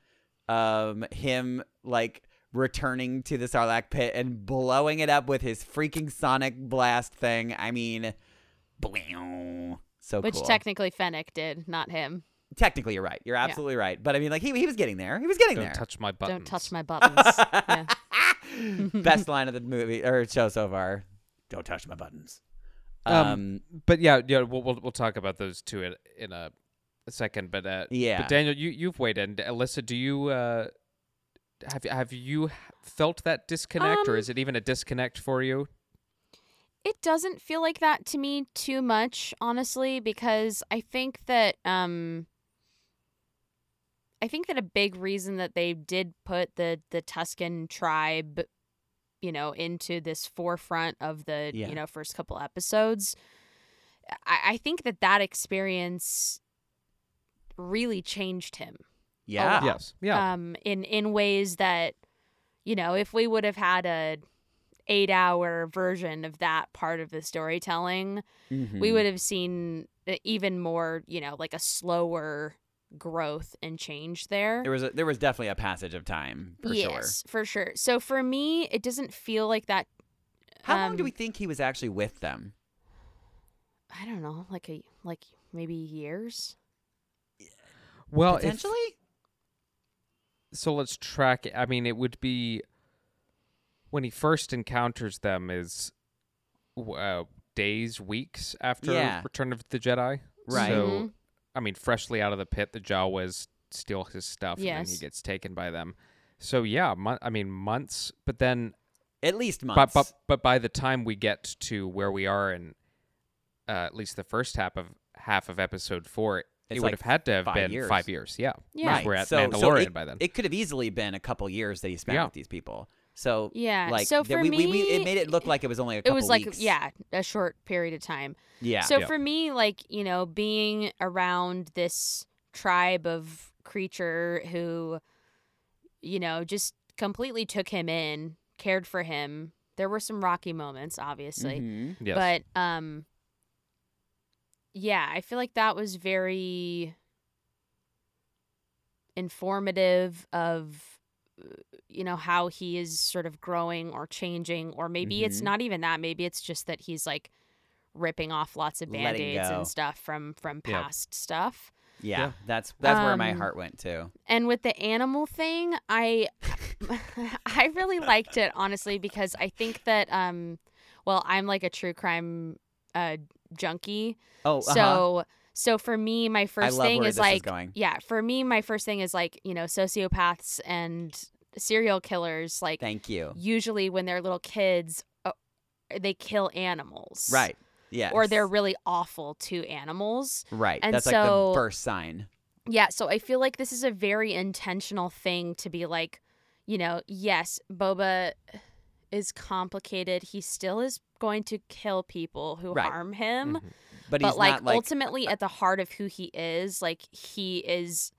S1: um him like returning to the sarlacc pit and blowing it up with his freaking sonic blast thing i mean bling. so
S2: Which
S1: cool.
S2: technically Fennec did, not him.
S1: technically you're right you're absolutely right but i mean like he, he was getting there he was getting
S3: Don't
S1: there
S2: *laughs*
S3: touch my buttons.
S2: Don't touch
S1: *laughs*
S2: my buttons. yeah.
S1: best line of the movie or show so far don't touch my buttons
S3: Um,
S1: um
S3: But yeah, yeah, we'll we'll, we'll talk about those two in, in a, a second. But uh,
S1: Yeah.
S3: But Daniel, you you've weighed in. Alyssa, do you uh, have you- have you h- felt that disconnect, or
S2: Um,
S3: is it even a disconnect for you?
S2: it doesn't feel like that to me too much honestly because i think that um i think that a big reason that they did put the the tuscan tribe you know into this forefront of the
S1: Yeah.
S2: you know first couple episodes I, I think that that experience really changed him
S1: yeah
S2: lot.
S3: Yes. Yeah.
S2: um, in in ways that you know if we would have had a eight hour version of that part of the storytelling we
S1: Mhm.
S2: would have seen uh, even more you know like a slower growth and change there
S1: There was a, there was definitely a passage of time for sure.
S2: yes for sure so for me it doesn't feel like that
S1: How long do
S2: um,
S1: we think he was actually with them?
S2: i don't know like a like maybe years
S3: well, if-
S1: Potentially.
S3: so let's track. I mean, it would be when he first encounters them is w- uh, days, weeks after
S1: Yeah.
S3: Return of the Jedi.
S1: Right.
S3: So,
S2: Mhm.
S3: I mean, freshly out of the pit, the Jawas steal his stuff, and then he
S2: Yes.
S3: gets taken by them. So yeah, mon- I mean months, but then,
S1: At least months.
S3: but, but but by the time we get to where we are in, uh, at least the first half of half of episode four,
S1: It's
S3: it would
S1: like
S3: have had to have
S1: five
S3: been
S1: years.
S3: five years. Yeah, 'cause
S2: Yeah. Right,
S3: we're at
S1: so,
S3: Mandalorian
S1: so it,
S3: by then.
S1: It could have easily been a couple years that he spent
S3: Yeah.
S1: with these people. So
S2: Yeah,
S1: like
S2: so
S1: that
S2: for
S1: we, we, we it
S2: me,
S1: made it look like it was only a
S2: it
S1: couple.
S2: was like
S1: weeks.
S2: yeah a short period of time
S1: yeah.
S2: So
S3: Yeah.
S2: for me, like, you know, being around this tribe of creature who, you know, just completely took him in, cared for him. There were some rocky moments, obviously.
S1: Mhm.
S3: yes.
S2: But um yeah, I feel like that was very informative of uh, you know how he is sort of growing or changing or maybe it's
S1: Mhm.
S2: not even that maybe it's just that he's like ripping off lots of
S1: Letting
S2: band-aids
S1: go.
S2: and stuff from from
S3: Yeah.
S2: past stuff
S1: Yeah, that's that's where my
S2: Um,
S1: heart went to.
S2: and with the animal thing i *laughs* i really liked it honestly because i think that um well i'm like a true crime uh junkie
S1: Oh, uh-huh.
S2: so so for me my first
S1: love
S2: thing
S1: where
S2: is
S1: this is
S2: like
S1: going.
S2: yeah for me my first thing is like you know sociopaths and serial killers like
S1: thank you.
S2: usually when they're little kids uh, they kill animals
S1: Right. Yeah.
S2: or they're really awful to animals
S1: right.
S2: and
S1: that's
S2: so-
S1: like the first sign.
S2: yeah, so I feel like this is a very intentional thing to be like, you know, yes, Boba is complicated. He still is going to kill people who
S1: Right.
S2: harm him.
S3: Mhm.
S1: But,
S2: But
S1: he's
S2: like,
S1: not like
S2: ultimately at the heart of who he is, like he is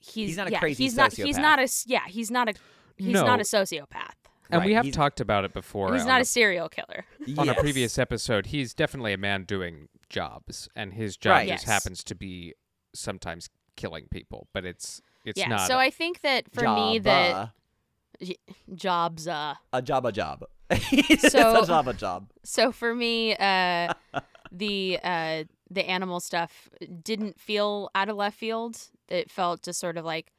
S2: he's,
S1: not a
S2: yeah,
S1: crazy
S2: he's not he's
S1: sociopath.
S2: not a s- yeah, he's not a he's
S3: No.
S2: not a sociopath.
S3: And we
S1: Right,
S3: have
S1: he's-
S3: talked about it before.
S2: he's
S3: on
S2: not
S3: a
S2: a serial killer.
S3: on
S1: Yes.
S3: a previous episode, he's definitely a man doing jobs, and his job
S1: Right.
S3: just
S2: Yes.
S3: happens to be sometimes killing people. But it's it's
S2: yeah.
S3: not.
S2: So I think that for me that
S1: Jabba.
S2: jobs uh
S1: a job a job. *laughs* it's
S2: So-
S1: a job a job.
S2: So for me, uh, the uh, the animal stuff didn't feel out of left field. It felt just sort of like,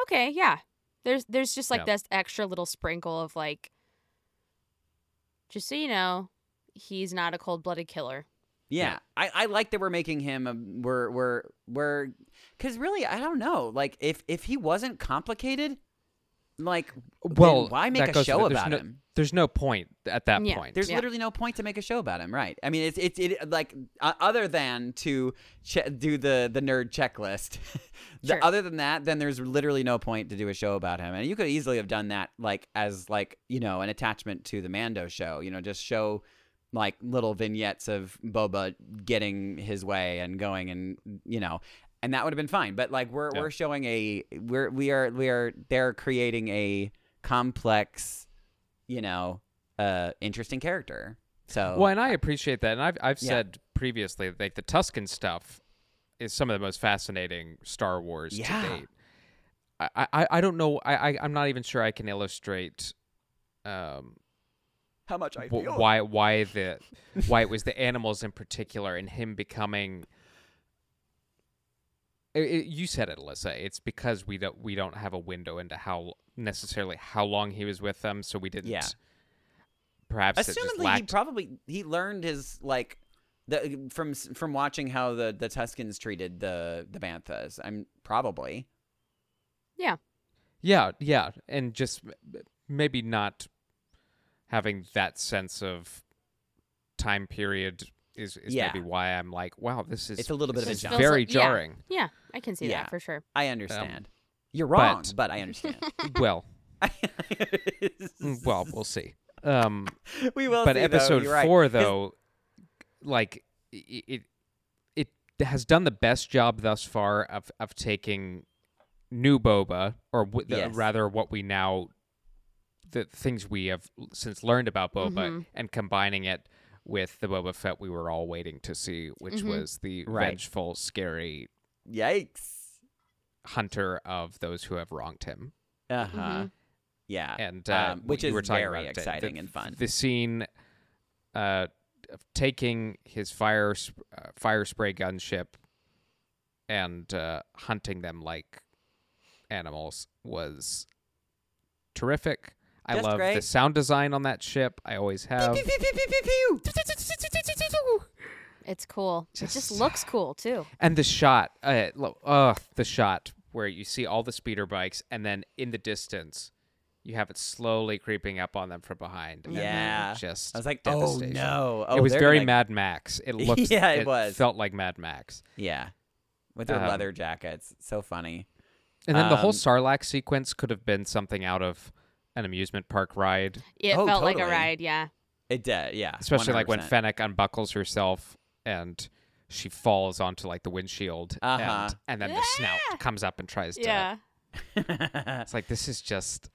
S2: okay, yeah. There's there's just like
S3: Yeah.
S2: this extra little sprinkle of like, just so you know, he's not a cold blooded killer.
S1: Yeah, I, I like that we're making him. um, We're we're we're because really I don't know. Like if if he wasn't complicated, like then
S3: well,
S1: why make
S3: that
S1: a
S3: goes to
S1: show
S3: the- there's
S1: about
S3: no,
S1: him?
S3: There's no point at that
S2: Yeah.
S3: point.
S1: There's
S2: Yeah.
S1: literally no point to make a show about him, right? I mean, it's it's it like uh, other than to che- do the the nerd checklist. *laughs* the,
S2: Sure.
S1: Other than that, then there's literally no point to do a show about him, and you could easily have done that like as like you know an attachment to the Mando show. You know, just show like little vignettes of Boba getting his way and going, and you know. And that would have been fine, but like we're
S3: Yeah.
S1: we're showing a we're we are we are they're creating a complex, you know, uh interesting character. So
S3: Well, and I appreciate that, and I've I've
S1: Yeah.
S3: said previously like the Tuscan stuff is some of the most fascinating Star Wars
S1: Yeah.
S3: to date. I, I, I don't know I, I I'm not even sure I can illustrate um
S1: how much I
S3: wh- why why the why it was the animals in particular and him becoming I- I- you said it Alyssa it's because we don't we don't have a window into how necessarily how long he was with them so we didn't
S1: Yeah.
S3: perhaps it just
S1: Assumedly, he
S3: lacked
S1: probably he learned his like the from from watching how the the Tuscans treated the the Banthas. I'm probably
S2: Yeah.
S3: Yeah, yeah, and just m- m- maybe not having that sense of time period is, is
S1: Yeah.
S3: maybe why I'm like, wow, this is
S1: It's a little bit
S3: this
S1: of a
S3: is
S1: jump.
S2: Feels
S3: very
S2: like- yeah.
S3: jarring.
S2: Yeah, I can see
S1: Yeah.
S2: that for sure.
S1: I understand. You're
S3: but-
S1: wrong, but, I understand.
S3: well, mm, *laughs* well,
S1: *laughs*
S3: we'll see. Um,
S1: we will.
S3: but
S1: see, though,
S3: episode
S1: you're right.
S3: four,
S1: 'Cause-
S3: though, like i- it, it has done the best job thus far of of taking new Boba, or w- the-
S1: Yes.
S3: rather, what we now the things we have l- since learned about Boba,
S1: Mm-hmm.
S2: Mhm.
S3: and combining it with the Boba Fett we were all waiting to see, which
S2: Mhm.
S3: was the
S1: Mm-hmm. Right.
S3: vengeful, scary
S1: yikes.
S3: hunter of those who have wronged him.
S1: Uh huh.
S2: Mhm.
S1: Yeah.
S3: Mm-hmm. and uh,
S1: Um,
S3: what
S1: which
S3: you
S1: is
S3: were talking
S1: very
S3: about today,
S1: exciting
S3: the-
S1: and fun.
S3: The scene uh, of taking his fire sp- uh, fire spray gunship and uh, hunting them like animals was terrific. I
S1: Just
S3: love the
S1: great.
S3: sound design on that ship. I always have.
S1: Pew, pew, pew, pew, pew, pew.
S2: It's cool. it just
S3: Just-
S2: looks cool too.
S3: And the shot, uh, lo- ugh, the shot where you see all the speeder bikes, and then in the distance, you have it slowly creeping up on them from behind. and then
S1: Yeah.
S3: just
S1: I was like, oh
S3: devastation.
S1: no. Oh,
S3: it was
S1: they're
S3: very
S1: like-
S3: Mad Max.
S1: *laughs*
S3: It looked,
S1: Yeah, it was.
S3: felt like Mad Max.
S1: Yeah. With their
S3: Um,
S1: leather jackets. So funny.
S3: And then the whole
S1: Um,
S3: Sarlacc sequence could have been something out of an amusement park ride,
S2: It
S1: Oh,
S2: felt like a
S1: totally.
S2: ride, yeah.
S1: It did, yeah.
S3: especially like when
S1: 100%.
S3: Fennec unbuckles herself and she falls onto like the windshield,
S1: Uh-huh.
S3: and, and then the snout comes up and tries to
S2: Yeah.
S3: It's like this is just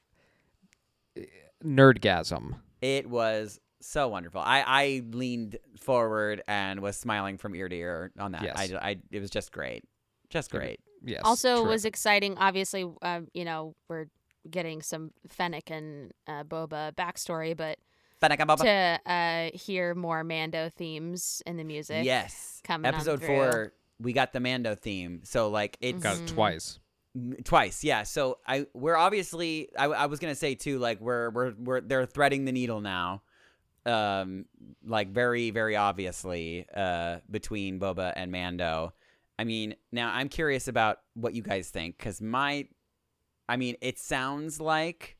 S3: uh, nerdgasm.
S1: it was so wonderful. I, I leaned forward and was smiling from ear to ear on that.
S3: Yes.
S1: I, I, it was just great. Just
S3: It-
S1: great.
S3: Yes.
S2: also
S3: terrific.
S2: was exciting. Obviously, um, you know, we're getting some Fennec and uh, Boba backstory, but
S1: Fennec and Boba.
S2: to uh, hear more Mando themes in the music.
S1: Yes.
S2: coming on
S1: Episode
S2: through.
S1: four, we got the Mando theme. So like it's
S3: got
S2: mm,
S3: it twice.
S1: M- twice yeah so i we're obviously I, I was gonna say too like we're we're we're they're threading the needle now um like very very obviously uh between boba and mando i mean now i'm curious about what you guys think because my i mean it sounds like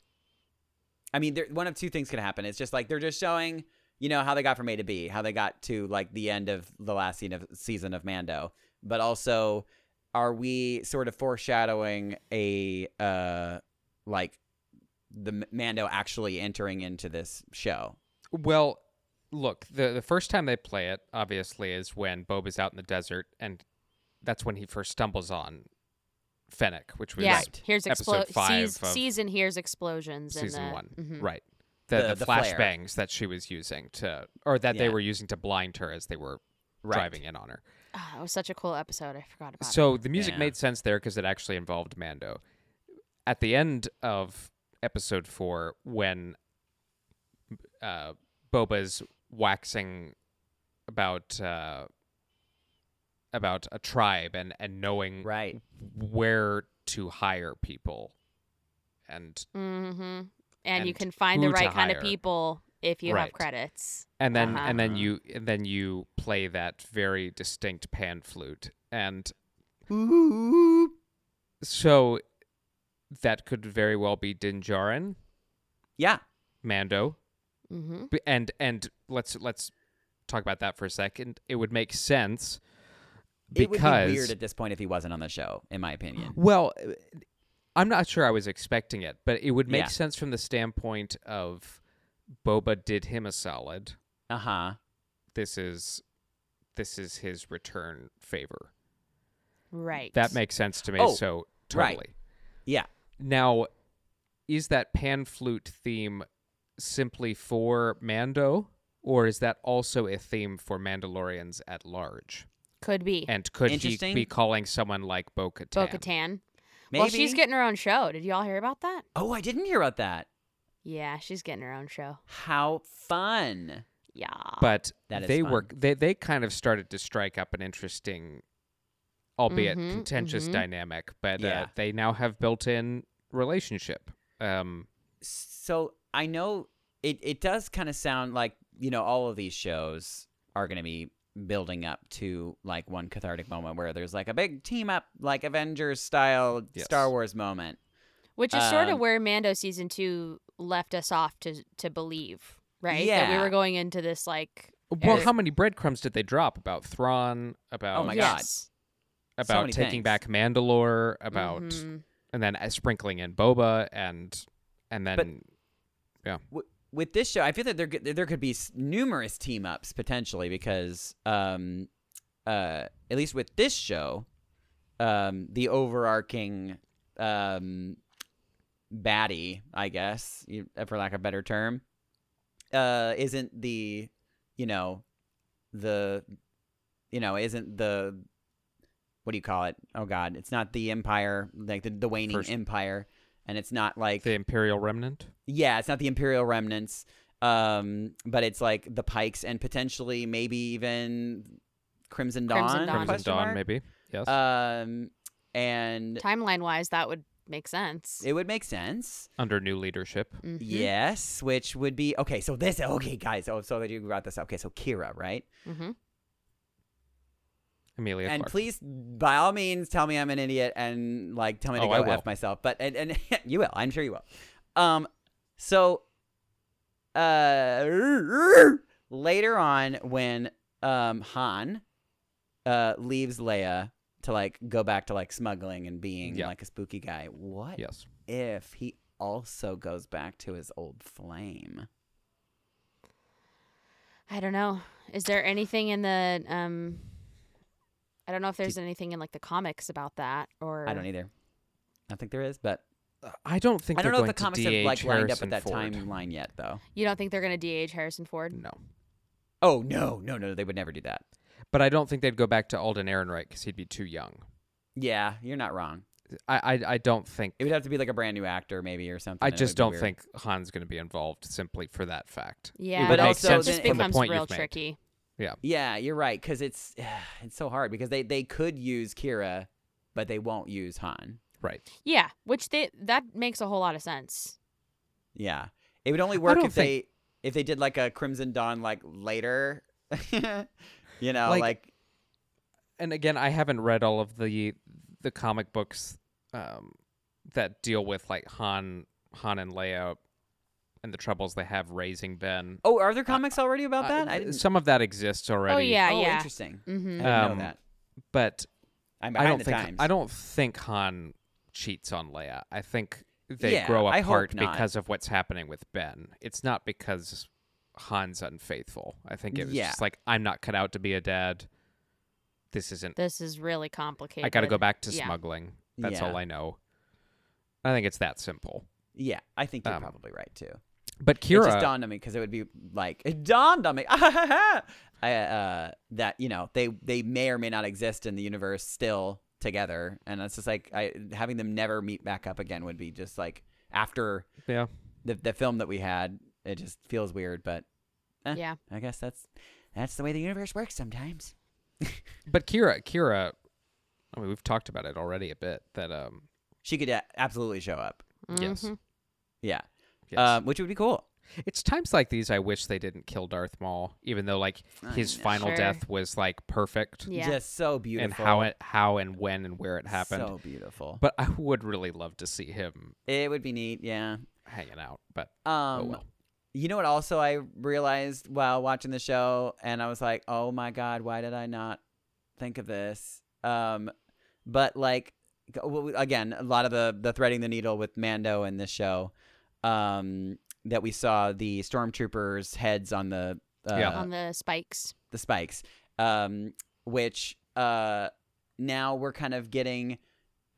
S1: i mean there, one of two things can happen it's just like they're just showing you know how they got from a to b how they got to like the end of the last scene of, season of mando but also are we sort of foreshadowing a uh like the M- mando actually entering into this show
S3: Well, look, the the first time they play it, obviously, is when Boba's out in the desert, and that's when he first stumbles on Fennec, which was
S2: Yeah,
S1: Right.
S2: here's
S3: episode
S2: explo-
S3: five
S2: seas-
S3: of
S2: season. Here's explosions. in
S3: season
S2: the,
S3: one,
S2: Mhm.
S3: right? The,
S1: The-
S3: the,
S1: the flare.
S3: flashbangs that she was using to, or that they
S1: Yeah.
S3: were using to blind her as they were
S1: Right.
S3: driving in on her.
S2: Ah, it was such a cool episode. I forgot about it.
S3: So the music
S1: Yeah.
S3: made sense there because it actually involved Mando. At the end of episode four, when uh, Boba's waxing about uh, about a tribe and and knowing
S1: right
S3: where to hire people, and
S2: Mm-hmm. And you
S3: and
S2: can find the
S3: who to
S2: right kind
S3: hire.
S2: of people if you have
S3: Right.
S2: credits.
S3: and then
S2: Uh-huh.
S3: and then you and then you play that very distinct pan flute and so that could very well be Din Djarin,
S1: yeah
S3: Mando,
S2: Mm-hmm.
S3: B- and and let's let's talk about that for a second. It would make sense
S1: it
S3: because
S1: would be weird at this point if he wasn't on the show in my
S2: *gasps*
S1: opinion
S3: well, I'm not sure I was expecting it, but it would make
S1: Yeah.
S3: sense from the standpoint of Boba did him a solid.
S1: uh-huh
S3: This is this is his return favor.
S2: Right.
S3: That makes sense to me.
S1: Oh,
S3: so
S1: right.
S3: totally.
S1: yeah
S3: Now, is that pan flute theme simply for Mando, or is that also a theme for Mandalorians at large?
S2: could be
S3: And could he
S1: Interesting.
S3: be calling someone like Bo Katan?
S2: Bo Katan.
S1: maybe
S2: Well, she's getting her own show. Did y'all hear about that?
S1: oh i didn't hear about that
S2: Yeah, she's getting her own show.
S1: how fun
S2: Yeah.
S3: But
S1: That is
S3: they
S1: fun.
S3: were they they kind of started to strike up an interesting, albeit
S2: Mhm,
S3: contentious
S2: mhm.
S3: dynamic. But uh,
S1: Yeah.
S3: they now have built-in relationship. Um,
S1: so I know it, it does kind of sound like, you know, all of these shows are going to be building up to like one cathartic moment where there's like a big team up, like Avengers style
S3: Yes.
S1: Star Wars moment.
S2: Which is sort of
S1: Um,
S2: where Mando season two left us off to to believe, right? That we
S1: Yeah.
S2: were going into this like
S3: well,
S2: Eric-
S3: how many breadcrumbs did they drop about Thrawn? About
S1: Oh my God.
S2: yes.
S1: So
S3: about
S1: many
S3: taking
S1: things.
S3: back Mandalore, about
S2: Mhm.
S3: and then uh, sprinkling in Boba, and and then
S1: But- W- with this show, I feel that there could- there could be s- numerous team ups potentially because um uh at least with this show, um the overarching um baddie, I guess, you- for lack of a better term, uh isn't the you know the you know isn't the what do you call it? Oh God, it's not the empire like the, the waning
S3: First-
S1: empire, and it's not like
S3: the Imperial Remnant.
S1: yeah, it's not the Imperial remnants, um, but it's like the Pikes and potentially maybe even Crimson Dawn.
S2: Crimson Dawn.
S3: Crimson
S1: question
S3: Dawn,
S1: mark?
S3: maybe. Yes.
S1: Um, and
S2: timeline wise, that would make sense.
S1: it would make sense.
S3: Under new leadership.
S2: Mhm.
S1: Mm-hmm. Yes, which would be okay. So this, okay, guys. Oh, so that you brought this up. Okay, so Kira, right?
S2: Mhm.
S3: Amelia
S1: and
S3: Clark.
S1: please, by all means, tell me I'm an idiot and like tell me to
S3: Oh,
S1: go
S3: I will.
S1: f myself. But and, and *laughs* you will, I'm sure you will. Um, so, uh, later on when um Han, uh, leaves Leia to like go back to like smuggling and being
S3: Yeah.
S1: like a spooky guy. What
S3: Yes.
S1: if he also goes back to his old flame?
S2: I don't know. Is there anything in the um? I don't know if there's anything in like the comics about that or
S1: I don't either. I don't think there is, but
S3: I don't think
S1: I don't
S3: they're
S1: know if
S3: going
S1: the comics
S3: to
S1: have
S3: DH
S1: like lined up
S3: Harrison
S1: at that
S3: Ford.
S1: timeline yet, though.
S2: You don't think they're gonna DH Harrison Ford?
S3: No,
S1: Oh no, no, no, they would never do that.
S3: but I don't think they'd go back to Alden Ehrenreich because he'd be too young.
S1: Yeah, you're not wrong.
S3: I I, I don't think
S1: It would have to be like a brand new actor, maybe, or something.
S3: I
S1: and it
S3: just
S1: would be
S3: don't
S1: weird.
S3: think Han's going to be involved simply for that fact.
S2: Yeah,
S1: But
S3: but
S1: also
S2: it
S1: sense
S2: just
S1: from the
S2: becomes
S3: point
S2: real
S3: you've made.
S2: tricky.
S1: Yeah, you're right, because it's *sighs* it's so hard because they they could use Kira, but they won't use Han.
S3: Right.
S2: Yeah, which they that makes a whole lot of sense.
S1: Yeah, it would only work
S3: don't
S1: if they if they did like a Crimson Dawn like later. *laughs* you know, like,
S3: Like- And again, I haven't read all of the the comic books um, that deal with like Han Han and Leia and the troubles they have raising Ben.
S1: oh, are there comics already about
S3: Uh,
S1: that? I
S3: th-
S1: didn't.
S3: Some of that exists already.
S2: Oh yeah,
S1: oh,
S2: yeah.
S1: interesting. I
S2: Mm-hmm.
S1: didn't
S3: Um,
S1: know that.
S3: But
S1: I'm
S3: I
S1: behind
S3: don't
S1: the
S3: think
S1: times.
S3: I don't think Han cheats on Leia. I think they
S1: Yeah,
S3: grow
S1: I hope
S3: apart
S1: not.
S3: because of what's happening with Ben. It's not because Han's unfaithful. I think it was
S1: Yeah.
S3: just like I'm not cut out to be a dad. This isn't.
S2: This is really complicated.
S3: I got to go back to
S2: yeah.
S3: smuggling. That's
S1: Yeah.
S3: all I know. I think it's that simple.
S1: Yeah, I think you're
S3: Um,
S1: probably right too.
S3: But
S1: It just
S3: Kira,
S1: dawned on me because it would be like it dawned on me *laughs* I, uh, that you know they they may or may not exist in the universe still together, and it's just like I, having them never meet back up again would be just like after
S3: yeah,
S1: the the film that we had. It just feels weird, but eh,
S2: Yeah.
S1: I guess that's that's the way the universe works sometimes.
S3: but Kira, Kira. I mean, we've talked about it already a bit. That um,
S1: She could a- absolutely show up,
S3: yes,
S2: Mhm.
S1: Mm-hmm. yeah,
S3: yes.
S1: Um, which would be cool.
S3: It's times like these I wish they didn't kill Darth Maul, even though like
S1: I
S3: his
S1: know.
S3: final
S2: Sure.
S3: death was like perfect
S2: Yeah.
S1: Just so beautiful
S3: and how it how and when and where it happened.
S1: So beautiful,
S3: But I would really love to see him
S1: it would be neat. Yeah.
S3: hanging out. But
S1: Um,
S3: oh well.
S1: You know what? Also, I realized while watching the show, and I was like, "Oh my god, why did I not think of this?" Um, but like g- w- again, a lot of the the threading the needle with Mando in this show, um, that we saw the stormtroopers' heads on the uh,
S3: Yeah.
S2: on the spikes.
S1: the spikes, um, which uh, now we're kind of getting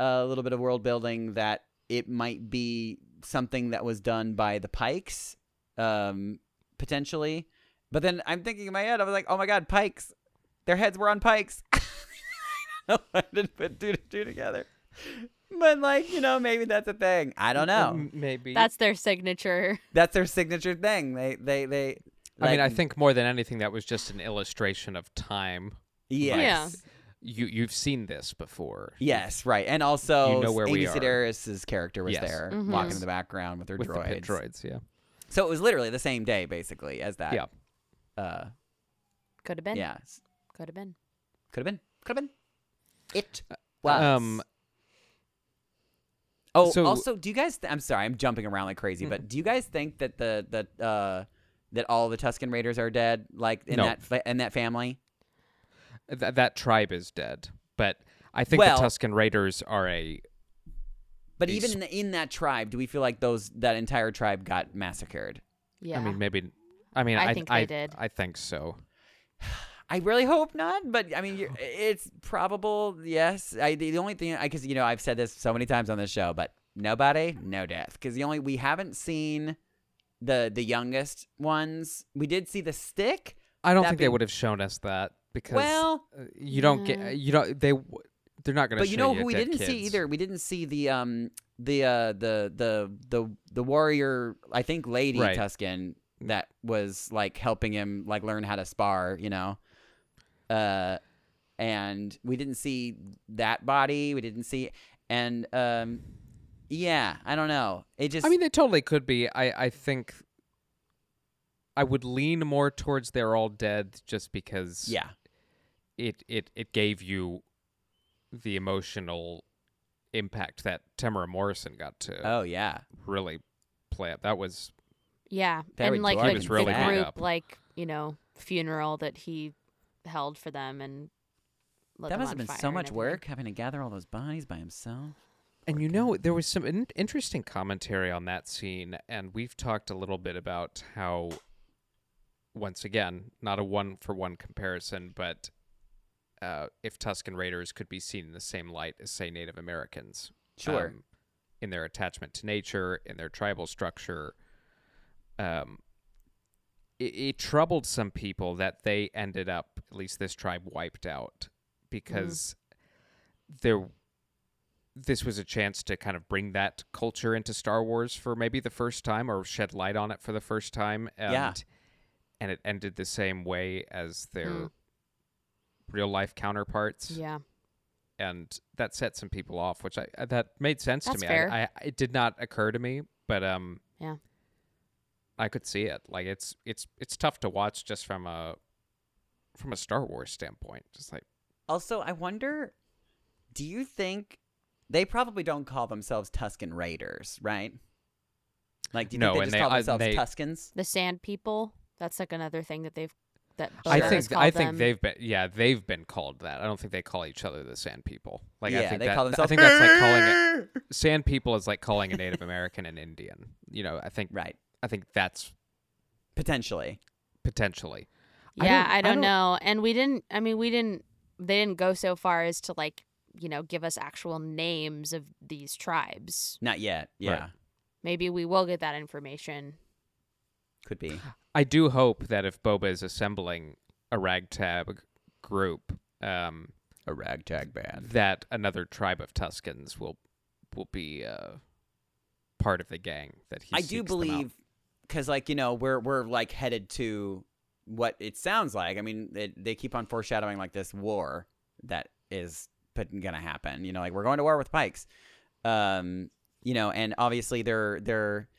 S1: a little bit of world building that it might be something that was done by the Pikes, um, potentially. But then I'm thinking in my head, I was like, oh my God, Pikes. Their heads were on Pikes. *laughs* I didn't put two to two together. But, like, you know, maybe that's a thing. I don't know.
S3: M- Maybe
S2: That's their signature. *laughs*
S1: That's their signature thing. They, they, they.
S3: I mean, I
S1: like,
S3: think more than anything that was just an illustration of time.
S1: Yes.
S2: Yeah.
S3: You you've seen this before. You've-
S1: Yes, right. And also,
S3: You know where we
S1: Amy
S3: are.
S1: Sedaris's character was
S3: Yes.
S1: there,
S2: Mhm.
S1: walking
S3: Yes.
S1: in the background with her
S3: With the
S1: droids.
S3: pit droids, yeah.
S1: So it was literally the same day, basically, as that.
S3: Yeah.
S1: Uh,
S2: Could have been.
S1: yeah.
S2: Could have been.
S1: Could have been. Could have been. It was.
S3: Um,
S1: oh,
S3: so-
S1: also, do you guys? Th- I'm sorry, I'm jumping around like crazy, but do you guys think that the the uh, that all the Tuscan Raiders are dead, like in
S3: No.
S1: that fa- in that family?
S3: Th- that tribe is dead. But I think
S1: Well-
S3: the Tuscan Raiders are a
S1: But
S3: These-
S1: even in, the, in that tribe, do we feel like those that entire tribe got massacred?
S2: Yeah.
S3: I mean, maybe. I mean,
S2: I
S3: I,
S2: think they did.
S3: I think so.
S1: I really hope not, but I mean, you're, it's probable. Yes, I, the only thing I because you know I've said this so many times on this show, but nobody, no death, because the only we haven't seen the the youngest ones. We did see the stick.
S3: I don't
S1: That
S3: think
S1: being-
S3: they would have shown us that because
S1: well,
S3: uh, you don't
S2: Yeah.
S3: get you don't they w- they're not going to.
S1: but you know who we didn't see either. We didn't see the um the uh the the the the warrior. I think Lady
S3: Right.
S1: Tuscan that was like helping him like learn how to spar. You know, uh, and we didn't see that body. We didn't see and um yeah. I don't know. It just
S3: I mean, they totally could be. I I think I would lean more towards they're all dead just because
S1: yeah
S3: it it it gave you the emotional impact that Tamara Morrison got to
S1: oh yeah
S3: really play up. That was
S2: yeah.
S1: They were
S2: and like
S1: dark
S2: the,
S1: and
S2: the
S1: really made
S2: group,
S3: up.
S2: like you know, funeral that he held for them and. Lit
S1: that
S2: them
S1: must
S2: on
S1: have been
S2: fire
S1: so
S2: and
S1: much
S2: everything.
S1: work having to gather all those bodies by himself.
S3: And you know, there was some in- interesting commentary on that scene, and we've talked a little bit about how, once again, not a one for one comparison, but uh, if Tuscan Raiders could be seen in the same light as, say, Native Americans,
S1: Sure.
S3: um, in their attachment to nature, in their tribal structure, um, it, it troubled some people that
S1: Mm-hmm.
S3: they ended up, at least this tribe, wiped out because there this was a chance to kind of bring that culture into Star Wars for maybe the first time or shed light on it for the first time. And,
S1: Yeah.
S3: And it ended the same way as their
S1: Hmm.
S2: Mm.
S3: real life counterparts.
S2: Yeah.
S3: And that set some people off, which I I- that made sense
S2: That's
S3: to me.
S2: fair.
S3: I, I it did not occur to me, but um
S2: Yeah.
S3: I could see it. Like it's it's it's tough to watch just from a from a Star Wars standpoint. Just like
S1: Also, I wonder do you think they probably don't call themselves Tuscan Raiders, right? Like, do you
S3: No,
S1: think they
S3: and
S1: just
S3: they-
S1: call
S3: uh,
S1: themselves
S3: they-
S1: Tuscans?
S2: The sand people. That's like another thing that they've that
S3: I
S2: Boba has
S3: think
S2: called
S3: I think
S2: them.
S3: they've been yeah they've been called that. I don't think they call each other the Sand People. Like I
S1: Yeah,
S3: think
S1: they
S3: that,
S1: call
S3: I
S1: themselves-
S3: think that's like calling it
S1: *laughs*
S3: Sand People is like calling a Native American an Indian. You know, I think
S1: Right.
S3: I think that's
S1: Potentially.
S3: potentially. I
S2: Yeah,
S3: don't-
S2: I don't,
S3: I don't-
S2: know. And we didn't. I mean, we didn't. They didn't go so far as to like you know give us actual names of these tribes.
S1: Not yet. Yeah.
S2: Maybe we will get that information.
S1: Could be.
S3: I do hope that if Boba is assembling a ragtag group, um,
S1: A ragtag band.
S3: that another tribe of Tuscans will will be uh, part of the gang that he.
S1: I
S3: seeks them
S1: do
S3: out.
S1: believe because like you know we're we're like headed to what it sounds like. I mean it, they keep on foreshadowing like this war that is put, gonna happen. You know, like we're going to war with Pikes. Um, you know, and obviously they're they're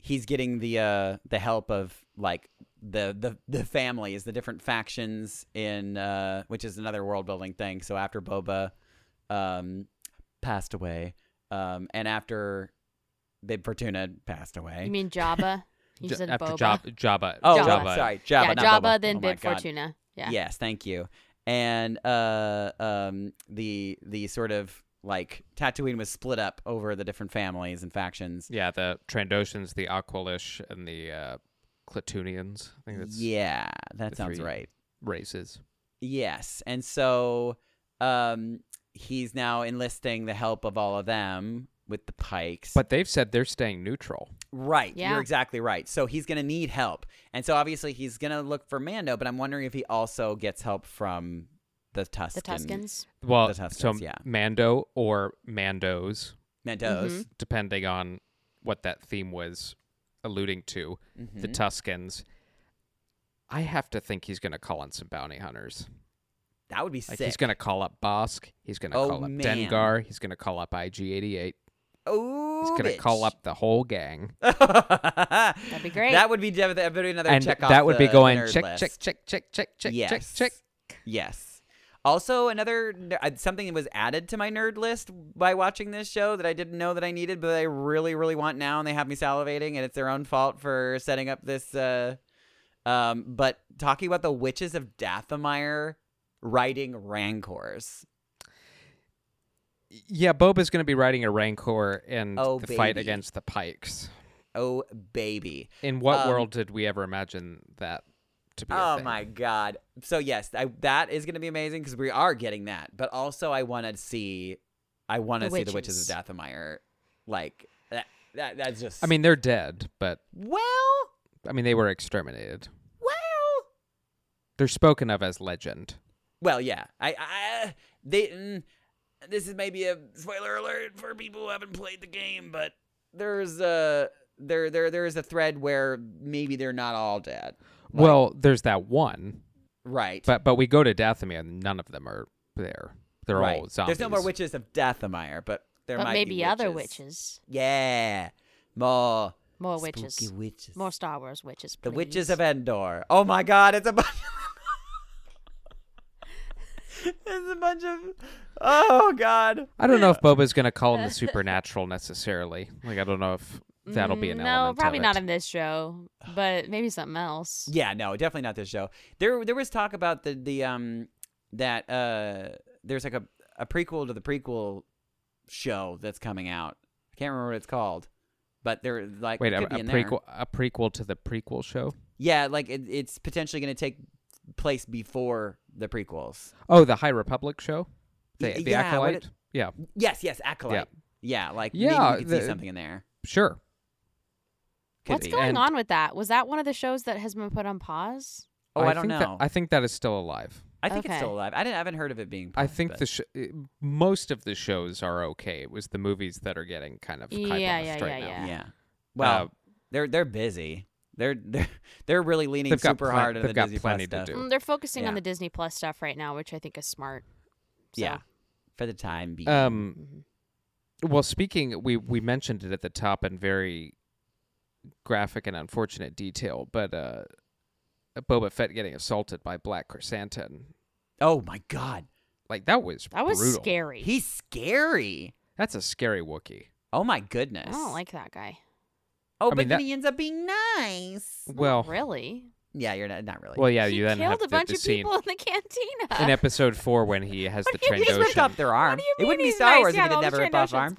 S1: he's getting the uh the help of like the the the families, the different factions in uh which is another world building thing. So after Boba um passed away, um and after Bib Fortuna passed away.
S2: You mean Jabba? You
S3: Ja-
S2: said
S3: after
S2: Boba.
S3: Jab- Jabba.
S1: *laughs* Oh,
S2: Jabba.
S1: Jabba. Sorry, Jabba.
S2: yeah,
S1: not
S2: Jabba,
S1: Boba.
S2: then
S1: oh my
S2: Bib
S1: God.
S2: Fortuna. Yeah.
S1: Yes, thank you. And uh, um, the the sort of like Tatooine was split up over the different families and factions.
S3: Yeah, the Trandoshans, the Aqualish, and the uh, Clatoonians. I think that's
S1: Yeah, that
S3: the
S1: sounds
S3: three.
S1: right.
S3: races.
S1: Yes, and so um, he's now enlisting the help of all of them with the pikes.
S3: But they've said they're staying neutral.
S1: Right.
S2: Yeah.
S1: You're exactly right. So he's going to need help. And so obviously he's going to look for Mando, but I'm wondering if he also gets help from the
S2: The
S1: Tuscan.
S2: Tuscans.
S3: Well,
S1: The
S3: so
S1: Tuscans, yeah.
S3: Mando or Mandos,
S1: Mandos.
S3: depending on what that theme was alluding to,
S1: Mm-hmm. Hmm.
S3: the Tuscans. I have to think he's going to call in some bounty hunters.
S1: That would be
S3: Like
S1: sick.
S3: he's going to call up Bosk. He's going to
S1: Oh,
S3: call up
S1: man.
S3: Dengar. He's going to call up IG88.
S1: Oh,
S3: He's going to call up the whole gang.
S1: *laughs* That'd
S2: be great.
S1: That would be dev- that would be another
S3: and
S1: check off
S3: that would
S1: the-
S3: be
S1: the
S3: going
S1: nerd
S3: check,
S1: list.
S3: check, check, check, check, check, check,
S1: Yes.
S3: check.
S1: Yes. Also, another uh, something that was added to my nerd list by watching this show that I didn't know that I needed, but I really, really want now, and they have me salivating, and it's their own fault for setting up this. Uh, um, but talking about the witches of Dathomir riding rancors.
S3: Yeah, Boba's going to be riding a Rancor in
S1: Oh,
S3: the fight
S1: baby.
S3: against the Pikes.
S1: Oh baby!
S3: In what
S1: Um,
S3: world did we ever imagine that to be? a
S1: Oh
S3: thing?
S1: my god! So yes, I, that is going to be amazing because we are getting that. But also, I want to see, I want to
S2: The
S1: see the witches of
S2: witches.
S1: Dathomir, like that. that that's just.
S3: I mean, they're dead, but
S1: well.
S3: I mean, they were exterminated.
S1: Well,
S3: They're spoken of as legend.
S1: well, yeah. I, I they. Mm, this is maybe a spoiler alert for people who haven't played the game, but there's a there there there is a thread where maybe they're not all dead. Like,
S3: well, there's that one,
S1: right,
S3: but but we go to Dathomir, and none of them are there. They're
S1: right.
S3: all zombies.
S1: There's no more witches of Dathomir, but there
S2: But
S1: might
S2: maybe
S1: be
S2: other
S1: witches.
S2: witches.
S1: Yeah, more
S2: More
S1: spooky
S2: witches.
S1: witches.
S2: More Star Wars witches.
S1: The Witches
S2: please.
S1: of Endor. Oh my god, it's a bunch *laughs* It's a bunch of Oh god.
S3: I don't know if Boba's gonna
S2: *laughs*
S3: call him the supernatural necessarily. Like, I don't know if that'll be an
S2: Mm, no,
S3: element. of
S2: probably
S3: it.
S2: not in this show, but maybe something else.
S1: Yeah, no, definitely not this show. There there was talk about the the um that uh there's like a a prequel to the prequel show that's coming out. I can't remember what it's called. But they're like
S3: Wait,
S1: it
S3: a,
S1: could
S3: a
S1: be in there.
S3: prequel, a prequel to the prequel show?
S1: Yeah, like it, it's potentially going to take place before the prequels.
S3: Oh, the High Republic show, the,
S1: Y-
S3: the
S1: yeah, what
S3: acolyte.
S1: it-
S3: yeah,
S1: Yes, yes, acolyte. Yeah, like
S3: Yeah,
S1: maybe we could see
S3: the-
S1: something in there.
S3: sure.
S1: Could
S2: What's
S1: be.
S2: going
S3: And-
S2: on with that? Was that one of the shows that has been put on pause?
S1: Oh, I, don't know.
S3: think That, I think that is still alive.
S1: I think it's still
S2: Okay.
S1: alive. I didn't. I haven't heard of it being.
S3: I
S1: pulled,
S3: think
S1: but-
S3: the sh- uh, most of the shows are okay. It was the movies that are getting kind of
S2: Yeah,
S3: kiboshed
S2: yeah, yeah,
S3: right now.
S2: yeah.
S1: yeah. Well,
S3: Uh,
S1: they're they're busy. They're they're *laughs* they're really leaning
S3: They've got
S1: super
S3: plen-
S1: hard on
S3: they've
S1: the
S3: got
S1: Disney
S3: plenty
S1: Plus
S3: to
S1: stuff.
S3: do.
S2: Mm, They're focusing
S1: Yeah.
S2: on the Disney Plus stuff right now, which I think is smart. So,
S1: Yeah, for the time being.
S3: Um,
S2: Mm-hmm.
S3: well, speaking, we we mentioned it at the top in very graphic and unfortunate detail, but uh, Boba Fett getting assaulted by Black Chrysanthemum,
S1: oh my god,
S3: like that was
S2: That was
S3: brutal.
S2: scary.
S1: he's scary.
S3: That's a scary Wookiee.
S1: Oh my goodness.
S2: I don't like that guy.
S1: Oh,
S3: I
S1: but
S3: mean,
S1: then
S3: that-
S1: he ends up being nice.
S3: Well,
S2: Really?
S1: Yeah, you're not not really.
S3: well, yeah.
S2: he
S3: you then
S2: killed
S3: have
S2: a
S3: the,
S2: bunch
S3: the
S2: of
S3: scene
S2: people *laughs* in the cantina.
S3: in episode four when he has the
S1: he just ripped
S3: Trandoshan,
S1: off their arm.
S2: What do you
S1: it wouldn't
S2: mean
S1: be
S2: he's
S1: Star
S2: nice?
S1: Wars
S2: Yeah,
S1: if he
S2: all
S1: didn't
S2: the
S1: have a ripped off
S2: Trandoshans.
S1: arm.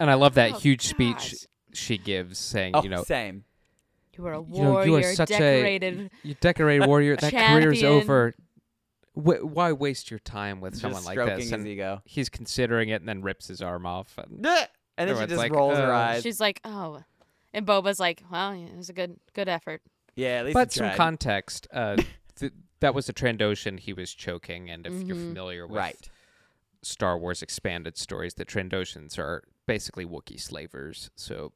S3: and I love that
S2: Oh,
S3: huge speech
S2: gosh.
S3: she gives, saying,
S1: Oh,
S3: you know,
S1: same.
S2: you are a
S3: you know,
S2: warrior,
S3: you are such
S2: decorated. *laughs*
S3: a you decorated warrior. That career is
S2: Champion.
S3: over. Wh- why waste your time with someone
S1: Just
S3: like
S1: stroking
S3: this?
S1: his e-,
S3: And
S1: ego. *laughs*
S3: he's considering it, and then rips his arm off. And
S1: Bleh! And then she
S3: Everyone's
S1: just
S3: like,
S1: rolls her
S3: uh,
S1: eyes.
S2: She's like, oh, and Boba's like, well, yeah, it was a good, good effort.
S1: Yeah, at least
S3: but
S1: he
S3: some
S1: tried.
S3: context.
S1: *laughs*
S3: Uh, th- that was a Trandoshan. He was choking, and if you're
S2: Mhm.
S3: familiar with
S1: right.
S3: Star Wars expanded stories, the Trandoshans are basically Wookiee slavers. So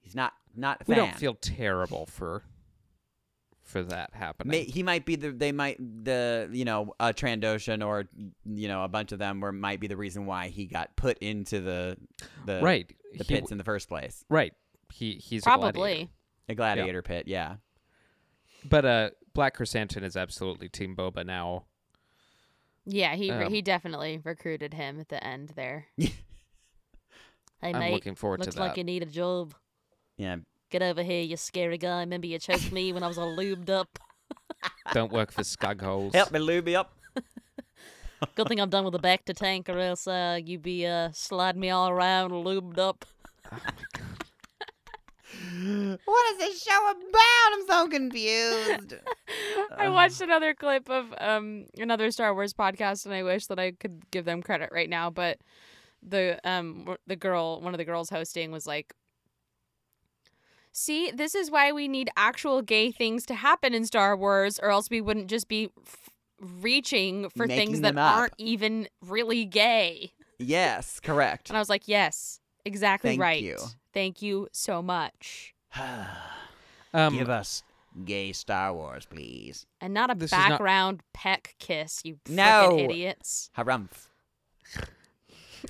S1: He's not not. A
S3: we
S1: fan.
S3: don't feel terrible for for that happening.
S1: May, he might be the they might the you know a Trandoshan or you know a bunch of them were might be the reason why he got put into the the
S3: right.
S1: uh, the
S3: he,
S1: pits in the first place
S3: right. He he's a gladiator.
S2: Probably.
S1: a gladiator pit yeah
S3: But uh, Black Chrysanthemum is absolutely Team Boba now.
S2: Yeah, he re-
S3: Um,
S2: he definitely recruited him at the end there. hey,
S3: *laughs* I'm
S2: mate,
S3: looking forward to
S2: looks like
S3: that.
S2: you need a job.
S1: yeah
S2: Get over here, you scary guy. Remember you choked me when I was all lubed up.
S3: Don't work for
S2: *laughs*
S3: Skugholes.
S1: help me Luby up
S2: Good thing I'm done with the back to tank, or else uh, you'd be uh, sliding me all around lubed up.
S1: what is this show about I'm so confused
S2: *laughs* I
S1: Um,
S2: watched another clip of um another Star Wars podcast, and I wish that I could give them credit right now. But the um w- the girl, one of the girls hosting, was like, "See, this is why we need actual gay things to happen in Star Wars, or else we wouldn't just be f- reaching for
S1: Making
S2: things that
S1: them up.
S2: aren't even really gay."
S1: yes correct
S2: And I was like, "Yes, exactly
S1: Thank
S2: right.
S1: you.
S2: Thank you so much."
S3: Um,
S1: give us *sighs* gay Star Wars please
S2: And not a
S3: This is not-
S2: background peck kiss, you frickin'
S1: No. *laughs*
S2: idiots.
S1: harumph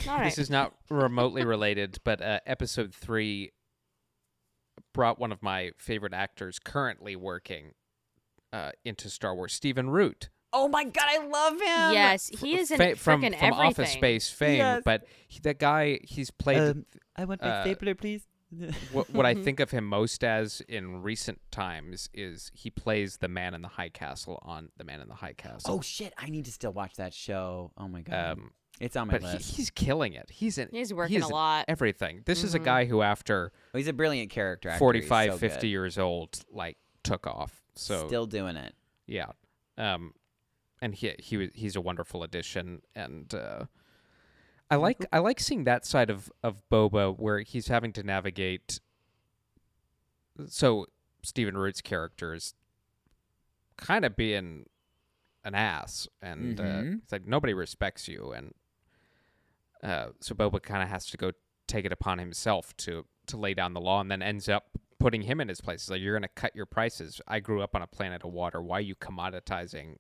S2: All right.
S3: This is not remotely related, but uh, episode three brought one of my favorite actors currently working uh, into Star Wars, Stephen Root.
S1: *laughs* oh my god I love him
S2: Yes, he is in
S3: Fa-
S2: freaking
S3: from from
S2: everything.
S3: Office Space fame,
S1: Yes.
S3: but he, that guy, he's played
S1: um, I want my
S3: uh,
S1: stapler
S3: *laughs*
S1: please *laughs*
S3: what, what I think of him most as in recent times is he plays the man in the high castle on The Man in the High Castle.
S1: oh shit I need to still watch that show oh my god
S3: um,
S1: it's on my
S3: but he,
S1: list
S3: he's killing it. He's in,
S2: He's
S3: he
S2: working
S3: is
S2: a
S3: in
S2: lot. Mm-hmm.
S3: Everything. This is a guy who, after
S1: Oh, he's a brilliant character actor. He's
S3: forty-five, fifty 45,
S1: so
S3: 50
S1: good.
S3: years old, like took off. So
S1: Still doing it.
S3: yeah, um, and he he was he's a wonderful addition, and uh, I like I like seeing that side of of Boba where he's having to navigate. So Stephen Root's character is kind of being an ass, and uh,
S1: Mhm.
S3: it's like nobody respects you, and uh, so Boba kind of has to go take it upon himself to to lay down the law, and then ends up putting him in his place. It's like you're going to cut your prices. I grew up on a planet of water. Why are you commoditizing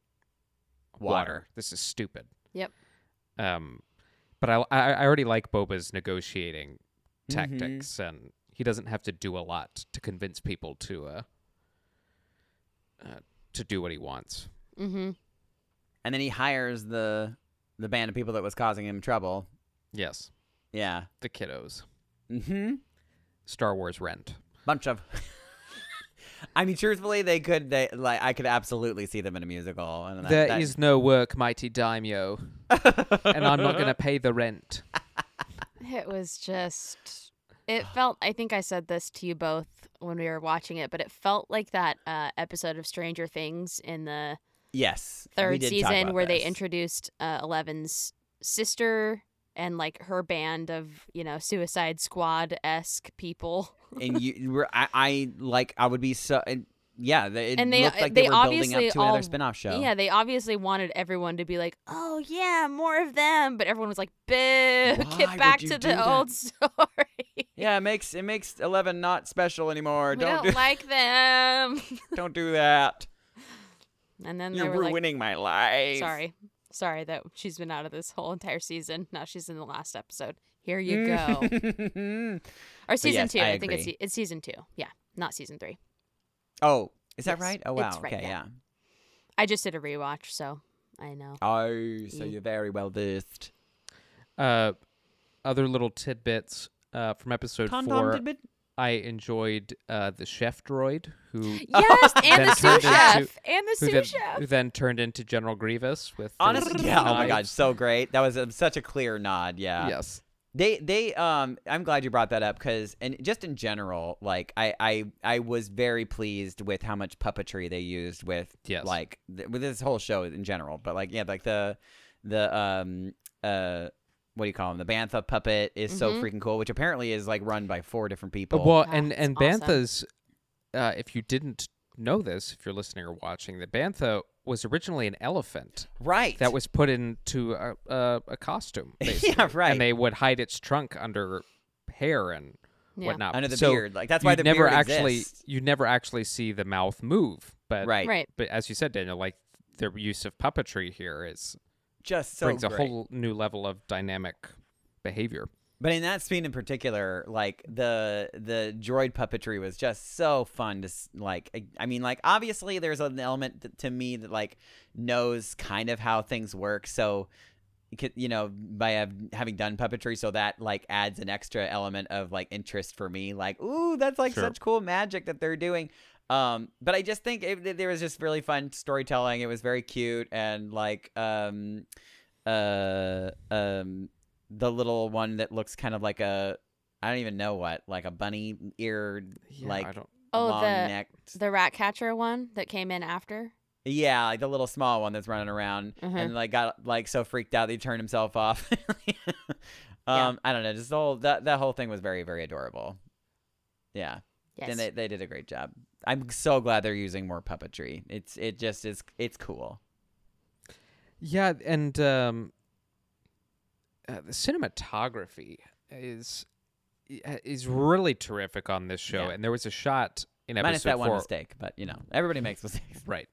S3: water?
S1: Water.
S3: This is stupid.
S2: Yep.
S3: Um, but I I, I already like Boba's negotiating tactics, and he doesn't have to do a lot to convince people to uh, uh to do what he wants.
S2: Mm-hmm.
S1: And then he hires the the band of people that was causing him trouble.
S3: Yes,
S1: Yeah.
S3: the kiddos,
S1: Mm-hmm.
S3: Star Wars rent.
S1: Bunch of. *laughs* I mean, truthfully, they could. They like. I could absolutely see them in a musical. And that,
S3: There is
S1: that-
S3: no work, mighty daimyo, and I'm not going to pay the rent.
S2: It was
S1: *sighs*
S2: just. It felt. I think I said this to you both when we were watching it, but it felt like that uh, episode of Stranger Things in the
S1: yes. we
S2: third
S1: did talk
S2: season
S1: about
S2: where they
S1: this.
S2: introduced uh, Eleven's sister and like her band of you know Suicide Squad esque people.
S1: and you, were, I, I like. I would be so. And yeah, they, it
S2: And they-
S1: looked like
S2: they
S1: they, were building
S2: obviously
S1: up to another
S2: all-
S1: spin-off show.
S2: Yeah, they obviously wanted everyone to be like, "Oh yeah, more of them," but everyone was like, "Boo,
S1: Why would
S2: get back
S1: you
S2: to
S1: do
S2: the
S1: that?"
S2: old *laughs* story.
S1: Yeah, it makes it makes Eleven not special anymore.
S2: we
S1: don't
S2: don't,
S1: do,
S2: like them." *laughs*
S1: don't do *laughs* that.
S2: And then
S1: You're
S2: they were
S1: ruining my life.
S2: like, "Sorry, sorry that she's been out of this whole entire season. Now she's in the last episode. Here
S1: *laughs*
S2: you go."
S1: go.
S2: Or season
S1: Mm. yes,
S2: two.
S1: I
S2: I, think it's
S1: agree.
S2: se- it's season two. Yeah, not season three.
S1: oh, is that
S2: Yes,
S1: right? Oh
S2: it's
S1: wow.
S2: right
S1: okay,
S2: there.
S1: yeah.
S2: I just did a rewatch, so
S1: *laughs*
S2: I know.
S1: Oh, so
S2: Mm.
S1: you're very well versed.
S3: Uh, other little tidbits uh, from episode four. I enjoyed uh, the chef droid who
S2: Yes, and the
S3: Then
S2: sous
S3: turned into-
S2: chef, and the
S3: who then,
S2: sous chef.
S3: who then turned into General Grievous with his
S1: Honestly, yeah. Oh my god,
S3: knives.
S1: so great. That was um such a clear nod. Yeah.
S3: Yes.
S1: They they um I'm glad you brought that up cuz and just in general like I I I was very pleased with how much puppetry they used with
S3: Yes.
S1: like th- with this whole show in general but like yeah like the the um uh what do you call him the bantha puppet is so
S2: Mhm.
S1: freaking cool which apparently is like run by four different people.
S3: Mm-hmm. Uh, Well,
S2: Yeah,
S3: and
S2: it's
S3: and
S2: awesome.
S3: Bantha's, uh, if you didn't know this, if you're listening or watching, that Bantha was originally an elephant
S1: right.
S3: that was put into a, a, a costume, basically.
S1: *laughs* yeah, right.
S3: and they would hide its trunk under hair and
S2: Yeah.
S3: whatnot.
S1: under the
S3: so
S1: beard. Like that's why
S3: you
S1: the
S3: never
S1: beard
S3: actually
S1: exists.
S3: you never actually see the mouth move, but
S1: Right.
S2: Right.
S3: But as you said, Daniel, like their use of puppetry here is
S1: Just so
S3: brings a
S1: great.
S3: whole new level of dynamic behavior.
S1: But in that scene in particular, like the the droid puppetry was just so fun to s- like. I, I mean, like obviously there's an element th- to me that like knows kind of how things work, so you could- you know by hav- having done puppetry, so that like adds an extra element of like interest for me. Like, ooh, that's like
S3: Sure.
S1: such cool magic that they're doing. Um, but I just think it, it- there was just really fun storytelling. It was very cute and like um, uh, um, the little one that looks kind of like a I don't even know what, like a bunny eared,
S3: I
S1: like
S3: don't.
S2: Oh, the-
S1: long necked.
S2: The rat catcher one that came in after.
S1: Yeah, like the little small one that's running around
S2: Uh-huh.
S1: and like got like so freaked out that he turned himself off. *laughs* um, I don't know, just the whole that that whole thing was very very adorable. Yeah.
S2: Yes.
S1: And they, they did a great job. I'm so glad they're using more puppetry. It's it just is it's cool.
S3: Yeah, and um, uh, the cinematography is i- is really terrific on this show.
S1: Yeah.
S3: And there was a shot in episode
S1: Minus that one
S3: four,
S1: mistake, but you know,
S3: *laughs*
S1: everybody makes mistakes.
S3: right,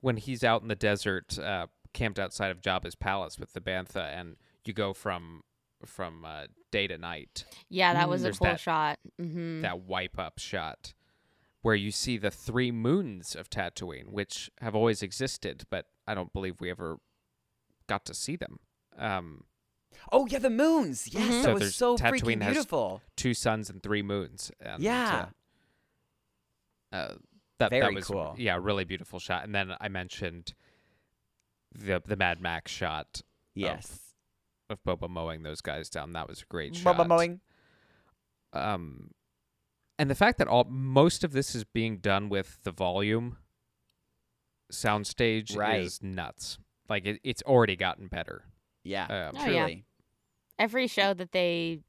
S3: when he's out in the desert, uh, camped outside of Jabba's palace with the bantha, and you go from from uh, day to night.
S2: yeah,
S1: Mm,
S2: that was a
S3: There's
S2: cool
S3: that-
S2: shot.
S1: Mm-hmm.
S2: hmm
S3: that wipe up shot where you see the three moons of Tatooine, which have always existed, but I don't believe we ever got to see them. Um,
S1: Oh yeah, the moons. Yes,
S2: Mhm.
S1: that
S3: So
S1: was
S3: there's-
S1: so
S3: Tatooine
S1: freaking
S3: has-
S1: beautiful.
S3: two suns and three moons. And,
S1: Yeah.
S3: Uh, uh, that, that
S1: Very
S3: was
S1: cool.
S3: yeah, really beautiful shot. And then I mentioned the the Mad Max shot
S1: Yes.
S3: of Boba mowing those guys down. That was a great shot.
S1: Boba mowing.
S3: um and the fact that all most of this is being done with the volume soundstage
S1: Right.
S3: is nuts like it, it's already gotten better
S1: Yeah.
S3: uh,
S2: Oh, yeah.
S1: truly.
S2: Every show that they,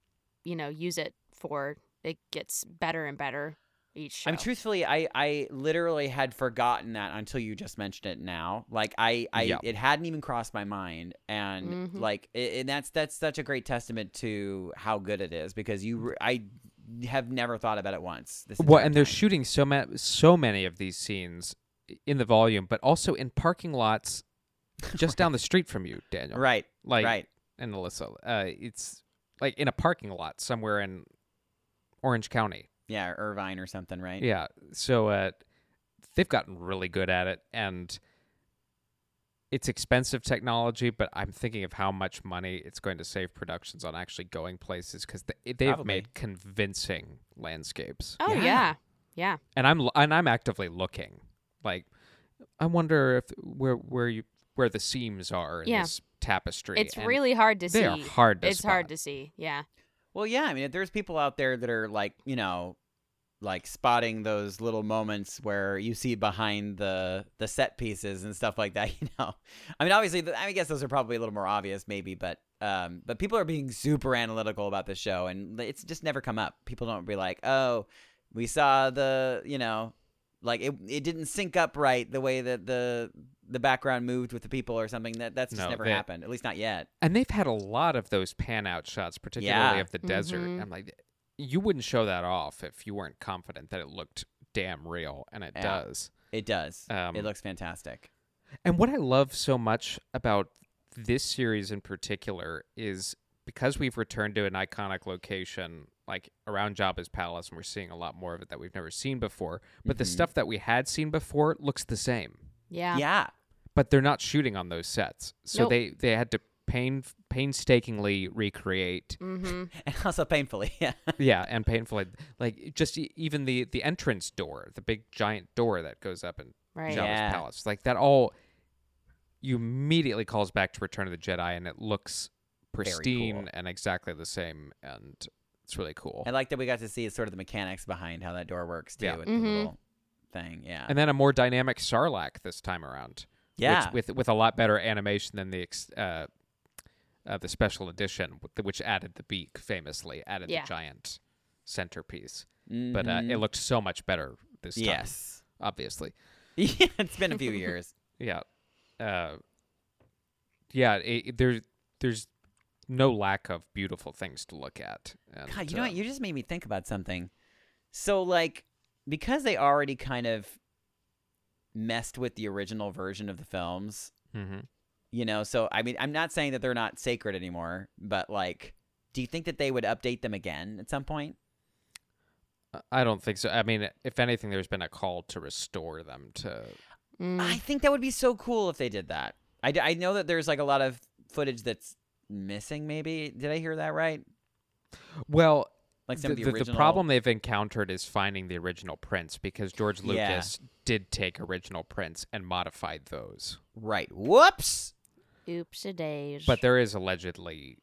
S2: you know, use it for, it gets better and better each show.
S1: I mean, truthfully, I, I literally had forgotten that until you just mentioned it now. Like I, I
S3: Yeah.
S1: it hadn't even crossed my mind, and
S2: Mhm.
S1: like, it, and that's that's such a great testament to how good it is because you, re- I have never thought about it once. This
S3: well
S1: entire
S3: and they're
S1: time.
S3: shooting so ma- so many of these scenes in the volume but also in
S1: *laughs*
S3: parking lots just down the street from you daniel
S1: right,
S3: like
S1: right,
S3: and alyssa uh it's like in a parking lot somewhere in orange county
S1: yeah, Irvine or something, right?
S3: Yeah. So uh, they've gotten really good at it, and it's expensive technology. But I'm thinking of how much money it's going to save productions on actually going places because they, they've
S1: Probably.
S3: made convincing landscapes,
S2: oh
S1: Yeah.
S2: yeah. yeah, yeah,
S3: and I'm l- and I'm actively looking. Like, I wonder if where where you where the seams are in
S2: Yeah.
S3: this tapestry.
S2: It's
S3: and
S2: really hard to see.
S3: they are hard to
S2: it's hard
S3: spot.
S2: to see. Yeah,
S1: Well, yeah. I mean, if there's people out there that are like, you know, like spotting those little moments where you see behind the the set pieces and stuff like that. *laughs* You know, I mean, obviously, th I guess those are probably a little more obvious, maybe, but um, but people are being super analytical about the show, and it's just never come up. People don't be like, oh, we saw the, you know. like it it didn't sync up right the way that the the background moved with the people or something that that's just
S3: No,
S1: never
S3: they-
S1: happened at least not yet
S3: And they've had a lot of those pan out shots, particularly
S1: Yeah.
S3: of the desert.
S2: Mhm.
S3: I'm like, you wouldn't show that off if you weren't confident that it looked damn real, and it
S1: Yeah.
S3: does.
S1: it does
S3: Um,
S1: it looks fantastic
S3: And what I love so much about this series in particular is because we've returned to an iconic location like around Jabba's palace and we're seeing a lot more of it that we've never seen before, but the
S1: Mhm.
S3: stuff that we had seen before looks the same.
S2: Yeah.
S1: yeah
S3: But they're not shooting on those sets. So
S2: Nope.
S3: they they had to pain painstakingly recreate *laughs*
S2: Mm-hmm.
S1: and *laughs* also painfully yeah
S3: yeah and painfully like just e- even the the entrance door the big giant door that goes up in
S2: Right.
S3: Jabba's
S1: Yeah.
S3: palace like that all you immediately calls back to return of the jedi and it looks
S1: cool.
S3: pristine and exactly the same and it's really cool
S1: i like that we got to see sort of the mechanics behind how that door works too
S3: Yeah.
S1: with the
S2: Mhm.
S1: little thing yeah
S3: and then a more dynamic sarlacc this time around which-
S1: yeah
S3: with with a lot better animation than the ex- uh, uh, the special edition wh- which added the beak famously added
S2: Yeah.
S3: the giant centerpiece but uh, it
S1: Mhm.
S3: looked so much better this time
S1: yes *laughs*
S3: obviously
S1: yeah it's been a few
S3: *laughs*
S1: years
S3: Yeah. Uh, yeah, it, there, there's no lack of beautiful things to look at. And,
S1: God, you know what?
S3: uh,
S1: You just made me think about something. So, like, because they already kind of messed with the original version of the films,
S3: mhm.
S1: you know, so I mean, I'm not saying that they're not sacred anymore, but like, do you think that they would update them again at some point?
S3: I don't think so. I mean, if anything, there's been a call to restore them to.
S2: Mm.
S1: I think that would be so cool if they did that. I, d- I know that there's like a lot of footage that's missing, maybe. Did I hear that right?
S3: Well,
S1: Like some
S3: the,
S1: of the
S3: the-
S1: original.
S3: the problem they've encountered is finding the original prints because George
S1: Yeah.
S3: Lucas did take original prints and modified those.
S1: Right. Whoops!
S2: Oops a days.
S3: But there is allegedly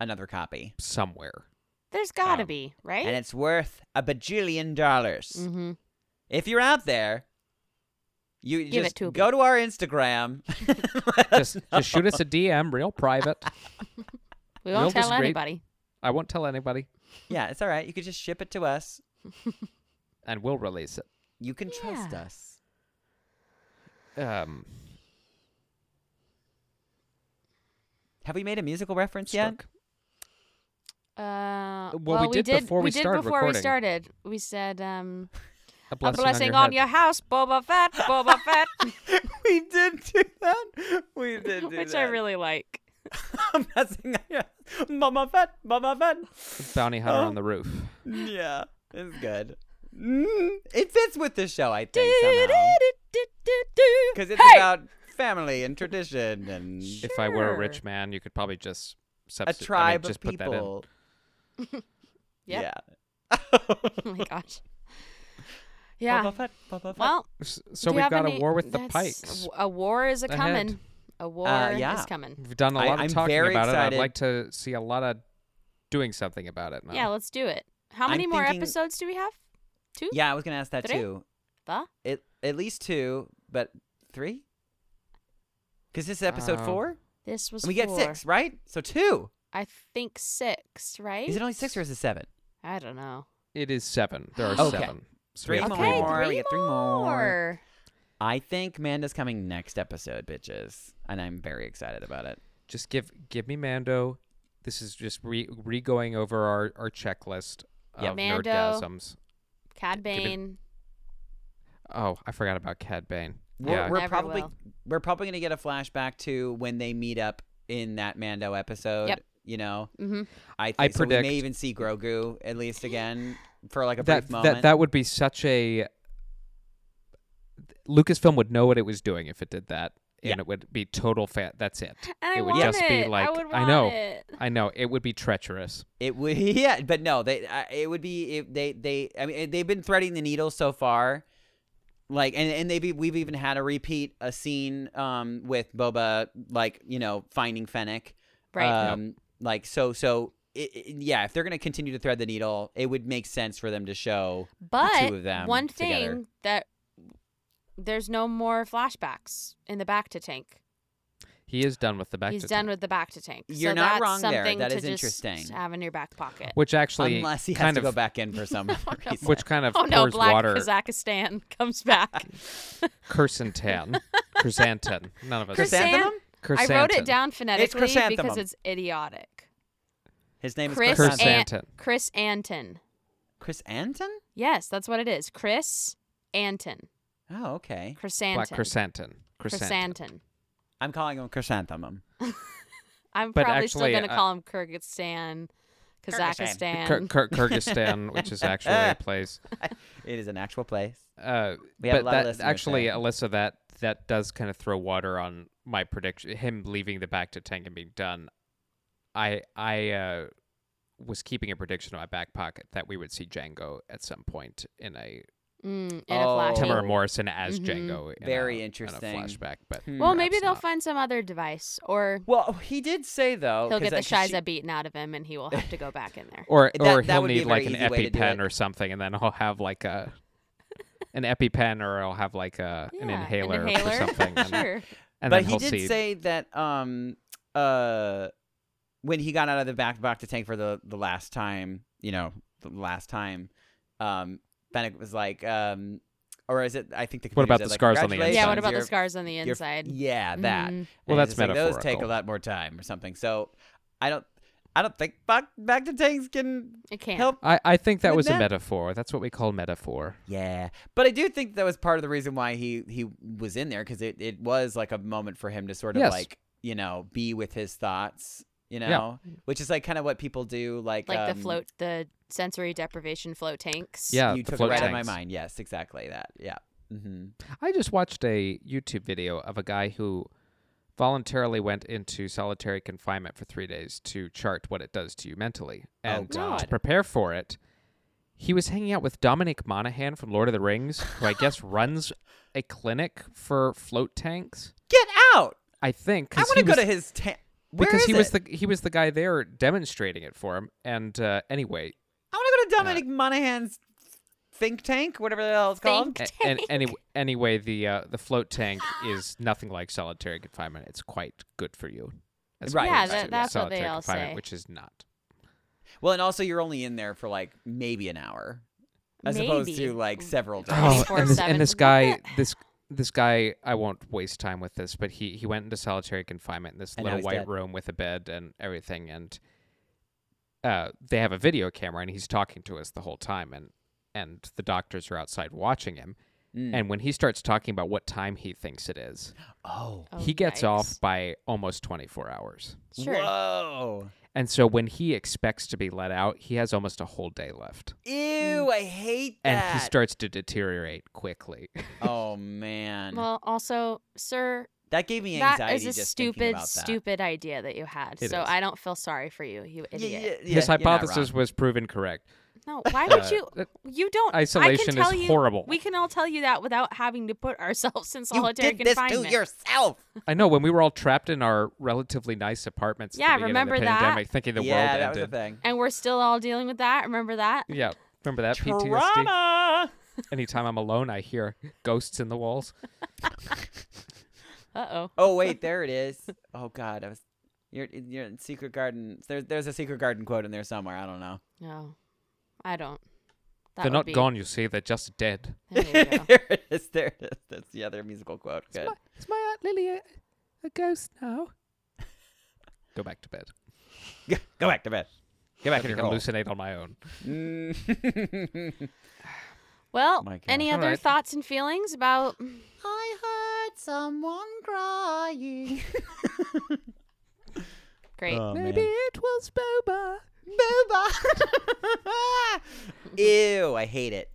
S1: Another copy. *laughs*
S3: somewhere.
S2: there's gotta
S3: um,
S2: be, right?
S1: And it's worth a bajillion dollars.
S2: mm-hmm.
S1: if you're out there, you
S2: Give it
S1: just
S2: to
S1: go to our
S2: *laughs*
S1: Instagram. *laughs* Let us
S3: Just, just shoot us a DM, real private.
S2: We
S3: Nope
S2: won't
S3: is
S2: tell
S3: great.
S2: anybody.
S3: I won't tell anybody,
S1: yeah, it's all right. You could just ship it to us.
S3: and we'll release it.
S1: You can trust
S2: Yeah.
S1: us.
S3: Um,
S1: Have we made a musical reference yet?
S3: struck.
S2: Uh,
S3: Well, we did before we started
S2: did before
S3: recording.
S2: we started. We said, um,
S3: A
S2: a
S3: blessing,
S2: blessing
S3: on,
S2: on your, house, Boba
S3: *laughs*
S2: Fett, Boba Fett,
S1: *laughs* we did do that. We did do
S2: *laughs* which I really like.
S1: *laughs* I'm messing up. Mama fat, mama fat.
S3: Bounty hunter
S1: Oh.
S3: on the roof.
S1: Yeah, it's good. Mm, it fits with the show, I think, somehow. Because it's
S2: Hey!
S1: about family and tradition and
S3: If I were a
S2: Sure.
S3: rich man, you could probably just
S1: a
S3: substitute. I mean,
S1: tribe
S3: just
S1: of
S3: put that in.
S1: people.
S2: *laughs* Yep.
S1: Yeah.
S2: Oh my gosh. *laughs* Yeah.
S1: Boba Fett, Boba Fett.
S2: Well,
S3: S-
S2: do
S3: So
S2: you
S3: we've
S2: have
S3: got
S2: any-
S3: a war with the
S2: that's-
S3: pikes.
S2: A war is a
S3: Ahead.
S2: coming. A war
S1: yeah.
S2: is coming.
S3: We've done a
S1: I-
S3: lot
S1: I'm
S3: of talking
S1: very
S3: about it.
S1: excited.
S3: I'd like to see a lot of doing something about it. Now.
S2: Yeah, let's do it. How
S1: I'm
S2: many more
S1: thinking-
S2: episodes do we have? Two?
S1: yeah, I was gonna ask that
S2: Three?
S1: too.
S2: The?
S1: It at least two, but three. Because this is episode
S3: Uh,
S1: four,
S2: This was
S1: and we get
S2: four.
S1: six, right? So two.
S2: I think six, right?
S1: Is it only six or is it seven?
S2: I don't know.
S3: It is seven. There are
S1: Okay.
S3: seven. So
S1: Three
S3: we have
S1: more.
S3: three
S2: okay,
S3: more.
S1: We
S2: three
S1: get three more.
S2: more.
S1: I think Manda's coming next episode, bitches, and I'm very excited about it.
S3: Just give give me Mando. This is just re re going over our our checklist
S1: Yep.
S3: of
S2: Mando.
S3: nerdgasms.
S2: Cad
S3: Give it-
S2: Bane.
S3: Oh, I forgot about Cad Bane.
S1: We're,
S3: yeah,
S1: we're
S2: Never
S1: probably
S2: will.
S1: we're probably gonna get a flashback to when they meet up in that Mando episode.
S2: Yep.
S1: You know,
S2: Mm-hmm.
S1: I think
S3: I
S1: so we
S3: predict-
S1: may even see Grogu at least again for like a
S3: that,
S1: brief moment.
S3: that that would be such a Lucasfilm would know what it was doing if it did that,
S1: Yeah.
S3: and it would be total fan. That's it.
S2: And I
S3: it would
S2: want
S3: just
S2: it.
S3: be like
S2: I, would want
S3: know, Uh,
S2: It.
S3: I know it would be treacherous.
S1: It would, *laughs* yeah, but no, they. I it would be if they. They. I mean, they've been threading the needle so far, like, and and they've e, we've even had a repeat a scene um with Boba like you know finding Fennec,
S2: Right.
S1: Um, like so so it, it- yeah, if they're gonna continue to thread the needle, it would make sense for them to show.
S2: but
S1: of them
S2: one thing
S1: together.
S2: that there's no more flashbacks in the back to tank.
S3: He is done with the back.
S2: He's
S3: to
S2: done
S3: tank,
S2: with the back to tank.
S1: You're
S2: so
S1: not
S2: that's
S1: wrong there.
S2: something
S1: That
S2: to
S1: is
S2: just
S1: interesting.
S2: Have in your back pocket.
S3: which actually
S1: Unless he has
S3: kind
S1: to
S3: of
S1: go back in for
S2: *laughs*
S1: some reason.
S3: which kind of
S2: oh no,
S3: pours
S2: Black
S3: water.
S2: Kazakhstan *laughs* comes back. *laughs*
S3: Chrysantan. Chrysantan. None of us.
S1: Chrysanthemum?
S2: I wrote it
S3: Chrysantan.
S2: down phonetically because
S1: chrysanthemum.
S2: it's idiotic.
S1: His name
S2: Chris
S1: is Chris
S3: Anton.
S1: Anton.
S2: An-
S3: Chrysantan.
S2: Chris Anton.
S1: Chris Anton?
S2: Yes, that's what it is. Chris Anton.
S1: Oh, okay.
S2: Chrysanton.
S3: Black chrysantan. Chrysantan.
S2: Chrysanton.
S1: I'm calling him Chrysanthemum.
S2: I'm
S3: But
S2: probably still
S3: actually,
S2: going to
S3: uh,
S2: call him Kyrgyzstan, Kazakhstan.
S3: Kyr- Kyr- Kyrgyzstan,
S1: *laughs*
S3: which is actually a place.
S1: It is an actual place.
S3: Uh,
S1: We have a
S3: but
S1: lot of
S3: that-
S1: listeners
S3: actually,
S1: there.
S3: Alyssa, that that does kind of throw water on my prediction. Him leaving the back to tank and being done. I I uh, was keeping a prediction in my back pocket that we would see Django at some point in a
S2: Mm, in
S1: Oh.
S2: a
S3: Tamara
S2: flashback.
S3: Morrison as
S2: Mhm.
S3: Django. In
S1: Very
S3: a, in a
S1: interesting.
S3: flashback, but
S1: Hmm.
S2: Well, maybe
S3: perhaps
S2: they'll
S3: not.
S2: find some other device, or
S1: Well, he did say though,
S2: he'll
S1: 'cause
S2: get the
S1: I- 'cause
S2: Shiza
S1: she-
S2: beaten out of him, and he will have to go back in there.
S3: or
S1: That-
S3: or
S1: that
S3: he'll
S1: would be a
S3: need like an
S1: very easy way to do
S3: EpiPen
S1: it.
S3: or something, and then I'll have like a an EpiPen or I'll have like a *laughs* an
S2: Yeah,
S3: inhaler,
S2: inhaler. *laughs*
S3: or something. And,
S2: sure.
S1: but
S3: and then
S1: he
S3: he'll
S1: did
S3: see.
S1: say that um uh when he got out of the back back to tank for the the last time, you know, the last time, um Fennec was like um or is it I think the
S3: What about
S1: computer
S3: the
S1: said, like,
S3: scars on the
S1: "Congratulations,
S2: Yeah.
S3: inside?
S2: What about the
S1: you're-
S2: scars on the
S1: you're-
S2: inside?
S1: Yeah, that.
S2: Mhm.
S3: Well,
S1: And it's
S3: that's
S1: just like, Those take a
S3: metaphorical.
S1: lot more time or something. So I don't I don't think back back to tanks can
S2: It can't.
S1: help
S3: I, I think that
S1: Would
S3: was
S1: that-
S3: a metaphor. That's what we call metaphor.
S1: Yeah, but I do think that was part of the reason why he he was in there because it it was like a moment for him to sort of
S3: Yes.
S1: like you know be with his thoughts, you
S3: Yeah.
S1: know, which is like kind of what people do like
S2: Like
S1: um,
S2: the float, the sensory deprivation float tanks.
S3: Yeah,
S1: you
S3: the
S1: took it
S3: float
S1: right out of my
S3: tanks.
S1: mind. Yes, exactly that. Yeah. hmm
S3: I just watched a YouTube video of a guy who voluntarily went into solitary confinement for three days to chart what it does to you mentally
S1: Oh,
S3: and to
S1: God.
S3: prepare for it. He was hanging out with Dominic Monaghan from Lord of the Rings, who
S1: *laughs*
S3: I guess runs a clinic for float tanks.
S1: Get out!
S3: I think
S1: I
S3: 'cause
S1: want
S3: he
S1: to go
S3: was-
S1: to his tank.
S3: because he was the he was the guy there demonstrating it for him. And uh, anyway,
S1: I want to go to Dominic Monaghan's think tank, whatever the hell it's called.
S2: Think *laughs*
S3: A- and any, anyway, the uh, the float tank is nothing like solitary confinement. It's quite good for you. As
S1: Right.
S3: opposed
S1: Yeah,
S3: to
S1: that-
S2: that's what they
S3: solitary
S2: all
S3: confinement,
S2: say.
S3: Which is not.
S1: Well, and also you're only in there for like maybe an hour, as opposed
S2: Maybe.
S1: to like several days.
S3: Oh, and this,
S2: 24/7.
S3: and this guy, this this guy, I won't waste time with this, but he he went into solitary confinement in this
S1: And now
S3: little
S1: he's
S3: white
S1: dead.
S3: room with a bed and everything, and uh, they have a video camera, and he's talking to us the whole time, and and the doctors are outside watching him,
S2: Hmm.
S1: Mm.
S3: and when he starts talking about what time he thinks it is,
S1: Oh,
S2: Oh,
S3: he gets
S2: yikes.
S3: off by almost 24 hours.
S2: Sure.
S1: whoa.
S3: And so when he expects to be let out, he has almost a whole day left.
S1: Ew, I hate
S3: And he
S1: that.
S3: starts to
S2: *laughs*
S3: deteriorate quickly.
S1: oh man,
S2: Well, also, sir,
S1: that gave me
S2: that
S1: anxiety
S2: is a
S1: just thinking
S2: stupid,
S1: about that.
S2: stupid idea that you had.
S3: It
S2: so
S3: is.
S2: I don't feel sorry for you, you
S1: Yeah,
S2: idiot.
S1: yeah, yeah,
S3: His
S1: you're not
S3: hypothesis
S1: wrong.
S3: was proven correct.
S2: No, why would
S3: Uh,
S2: you?
S3: that-
S2: You don't. I can
S3: Isolation
S2: tell
S3: is
S2: you,
S3: horrible.
S2: We can all tell you that without having to put ourselves in
S1: You
S2: solitary
S1: did this
S2: confinement.
S1: to yourself.
S3: I know when we were all trapped in our relatively nice apartments. at
S2: Yeah,
S3: the beginning of
S2: remember
S3: the
S2: that?
S3: pandemic, thinking the
S1: yeah,
S3: world
S1: that
S3: ended.
S1: was the thing.
S2: and we're still all dealing with that. Remember that?
S3: Yeah, remember
S2: *laughs*
S3: that PTSD.
S1: Trauma.
S3: Anytime I'm alone, I hear ghosts in the walls.
S2: Uh oh.
S1: Oh wait, there it is. Oh god, I was. You're you're in Secret Garden. There's there's a Secret Garden quote in there somewhere. I don't know.
S2: No, I don't. That
S3: They're
S2: would
S3: not
S2: be-
S3: gone, you see. They're just dead.
S2: There you
S3: *laughs*
S2: go.
S1: *laughs* there it is. There it is. That's the other musical quote. Good.
S3: Is my aunt Lily a, a ghost
S2: *laughs*
S3: now? Go back to bed.
S1: Go back to bed. Get
S3: I
S1: back in
S3: think
S1: your
S3: I
S1: hole.
S3: hallucinate on my own.
S1: Mm.
S2: Well,
S1: My gosh.
S2: any
S3: All
S2: other
S3: right.
S2: thoughts and feelings about?
S1: I heard someone crying.
S2: *laughs* Great.
S3: Uh.
S1: Maybe
S3: it was Boba.
S1: Booba. *laughs* Ew, I hate it.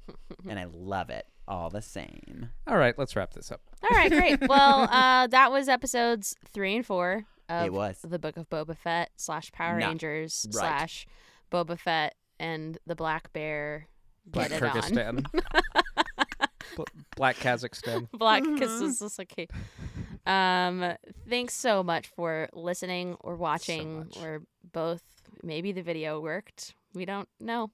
S1: And I love it all the same.
S3: All right, let's wrap this up.
S2: All right, *laughs* great. Well, uh, that was episodes three and four of
S1: It was.
S2: the Book of Boba Fett slash Power
S1: Nah.
S2: Rangers
S1: Right.
S2: slash Boba Fett and the Black Bear.
S3: Black
S2: Get it on. *laughs*
S3: Kyrgyzstan. Bl- Black Kazakhstan.
S2: Black kisses. Okay. Um, thanks so much for listening or watching
S3: much.
S2: or both. Maybe the video worked. We don't know.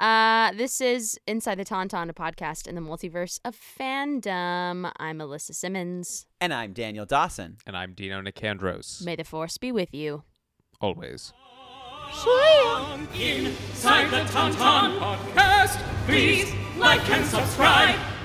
S2: Uh, this is Inside the Tauntaun, a podcast in the multiverse of fandom. I'm Alyssa Simmons.
S1: And I'm Daniel Dawson.
S3: And I'm Dino Nicandros.
S2: May the force be with you.
S3: Always.
S7: Inside the Tauntaun podcast, please like and subscribe.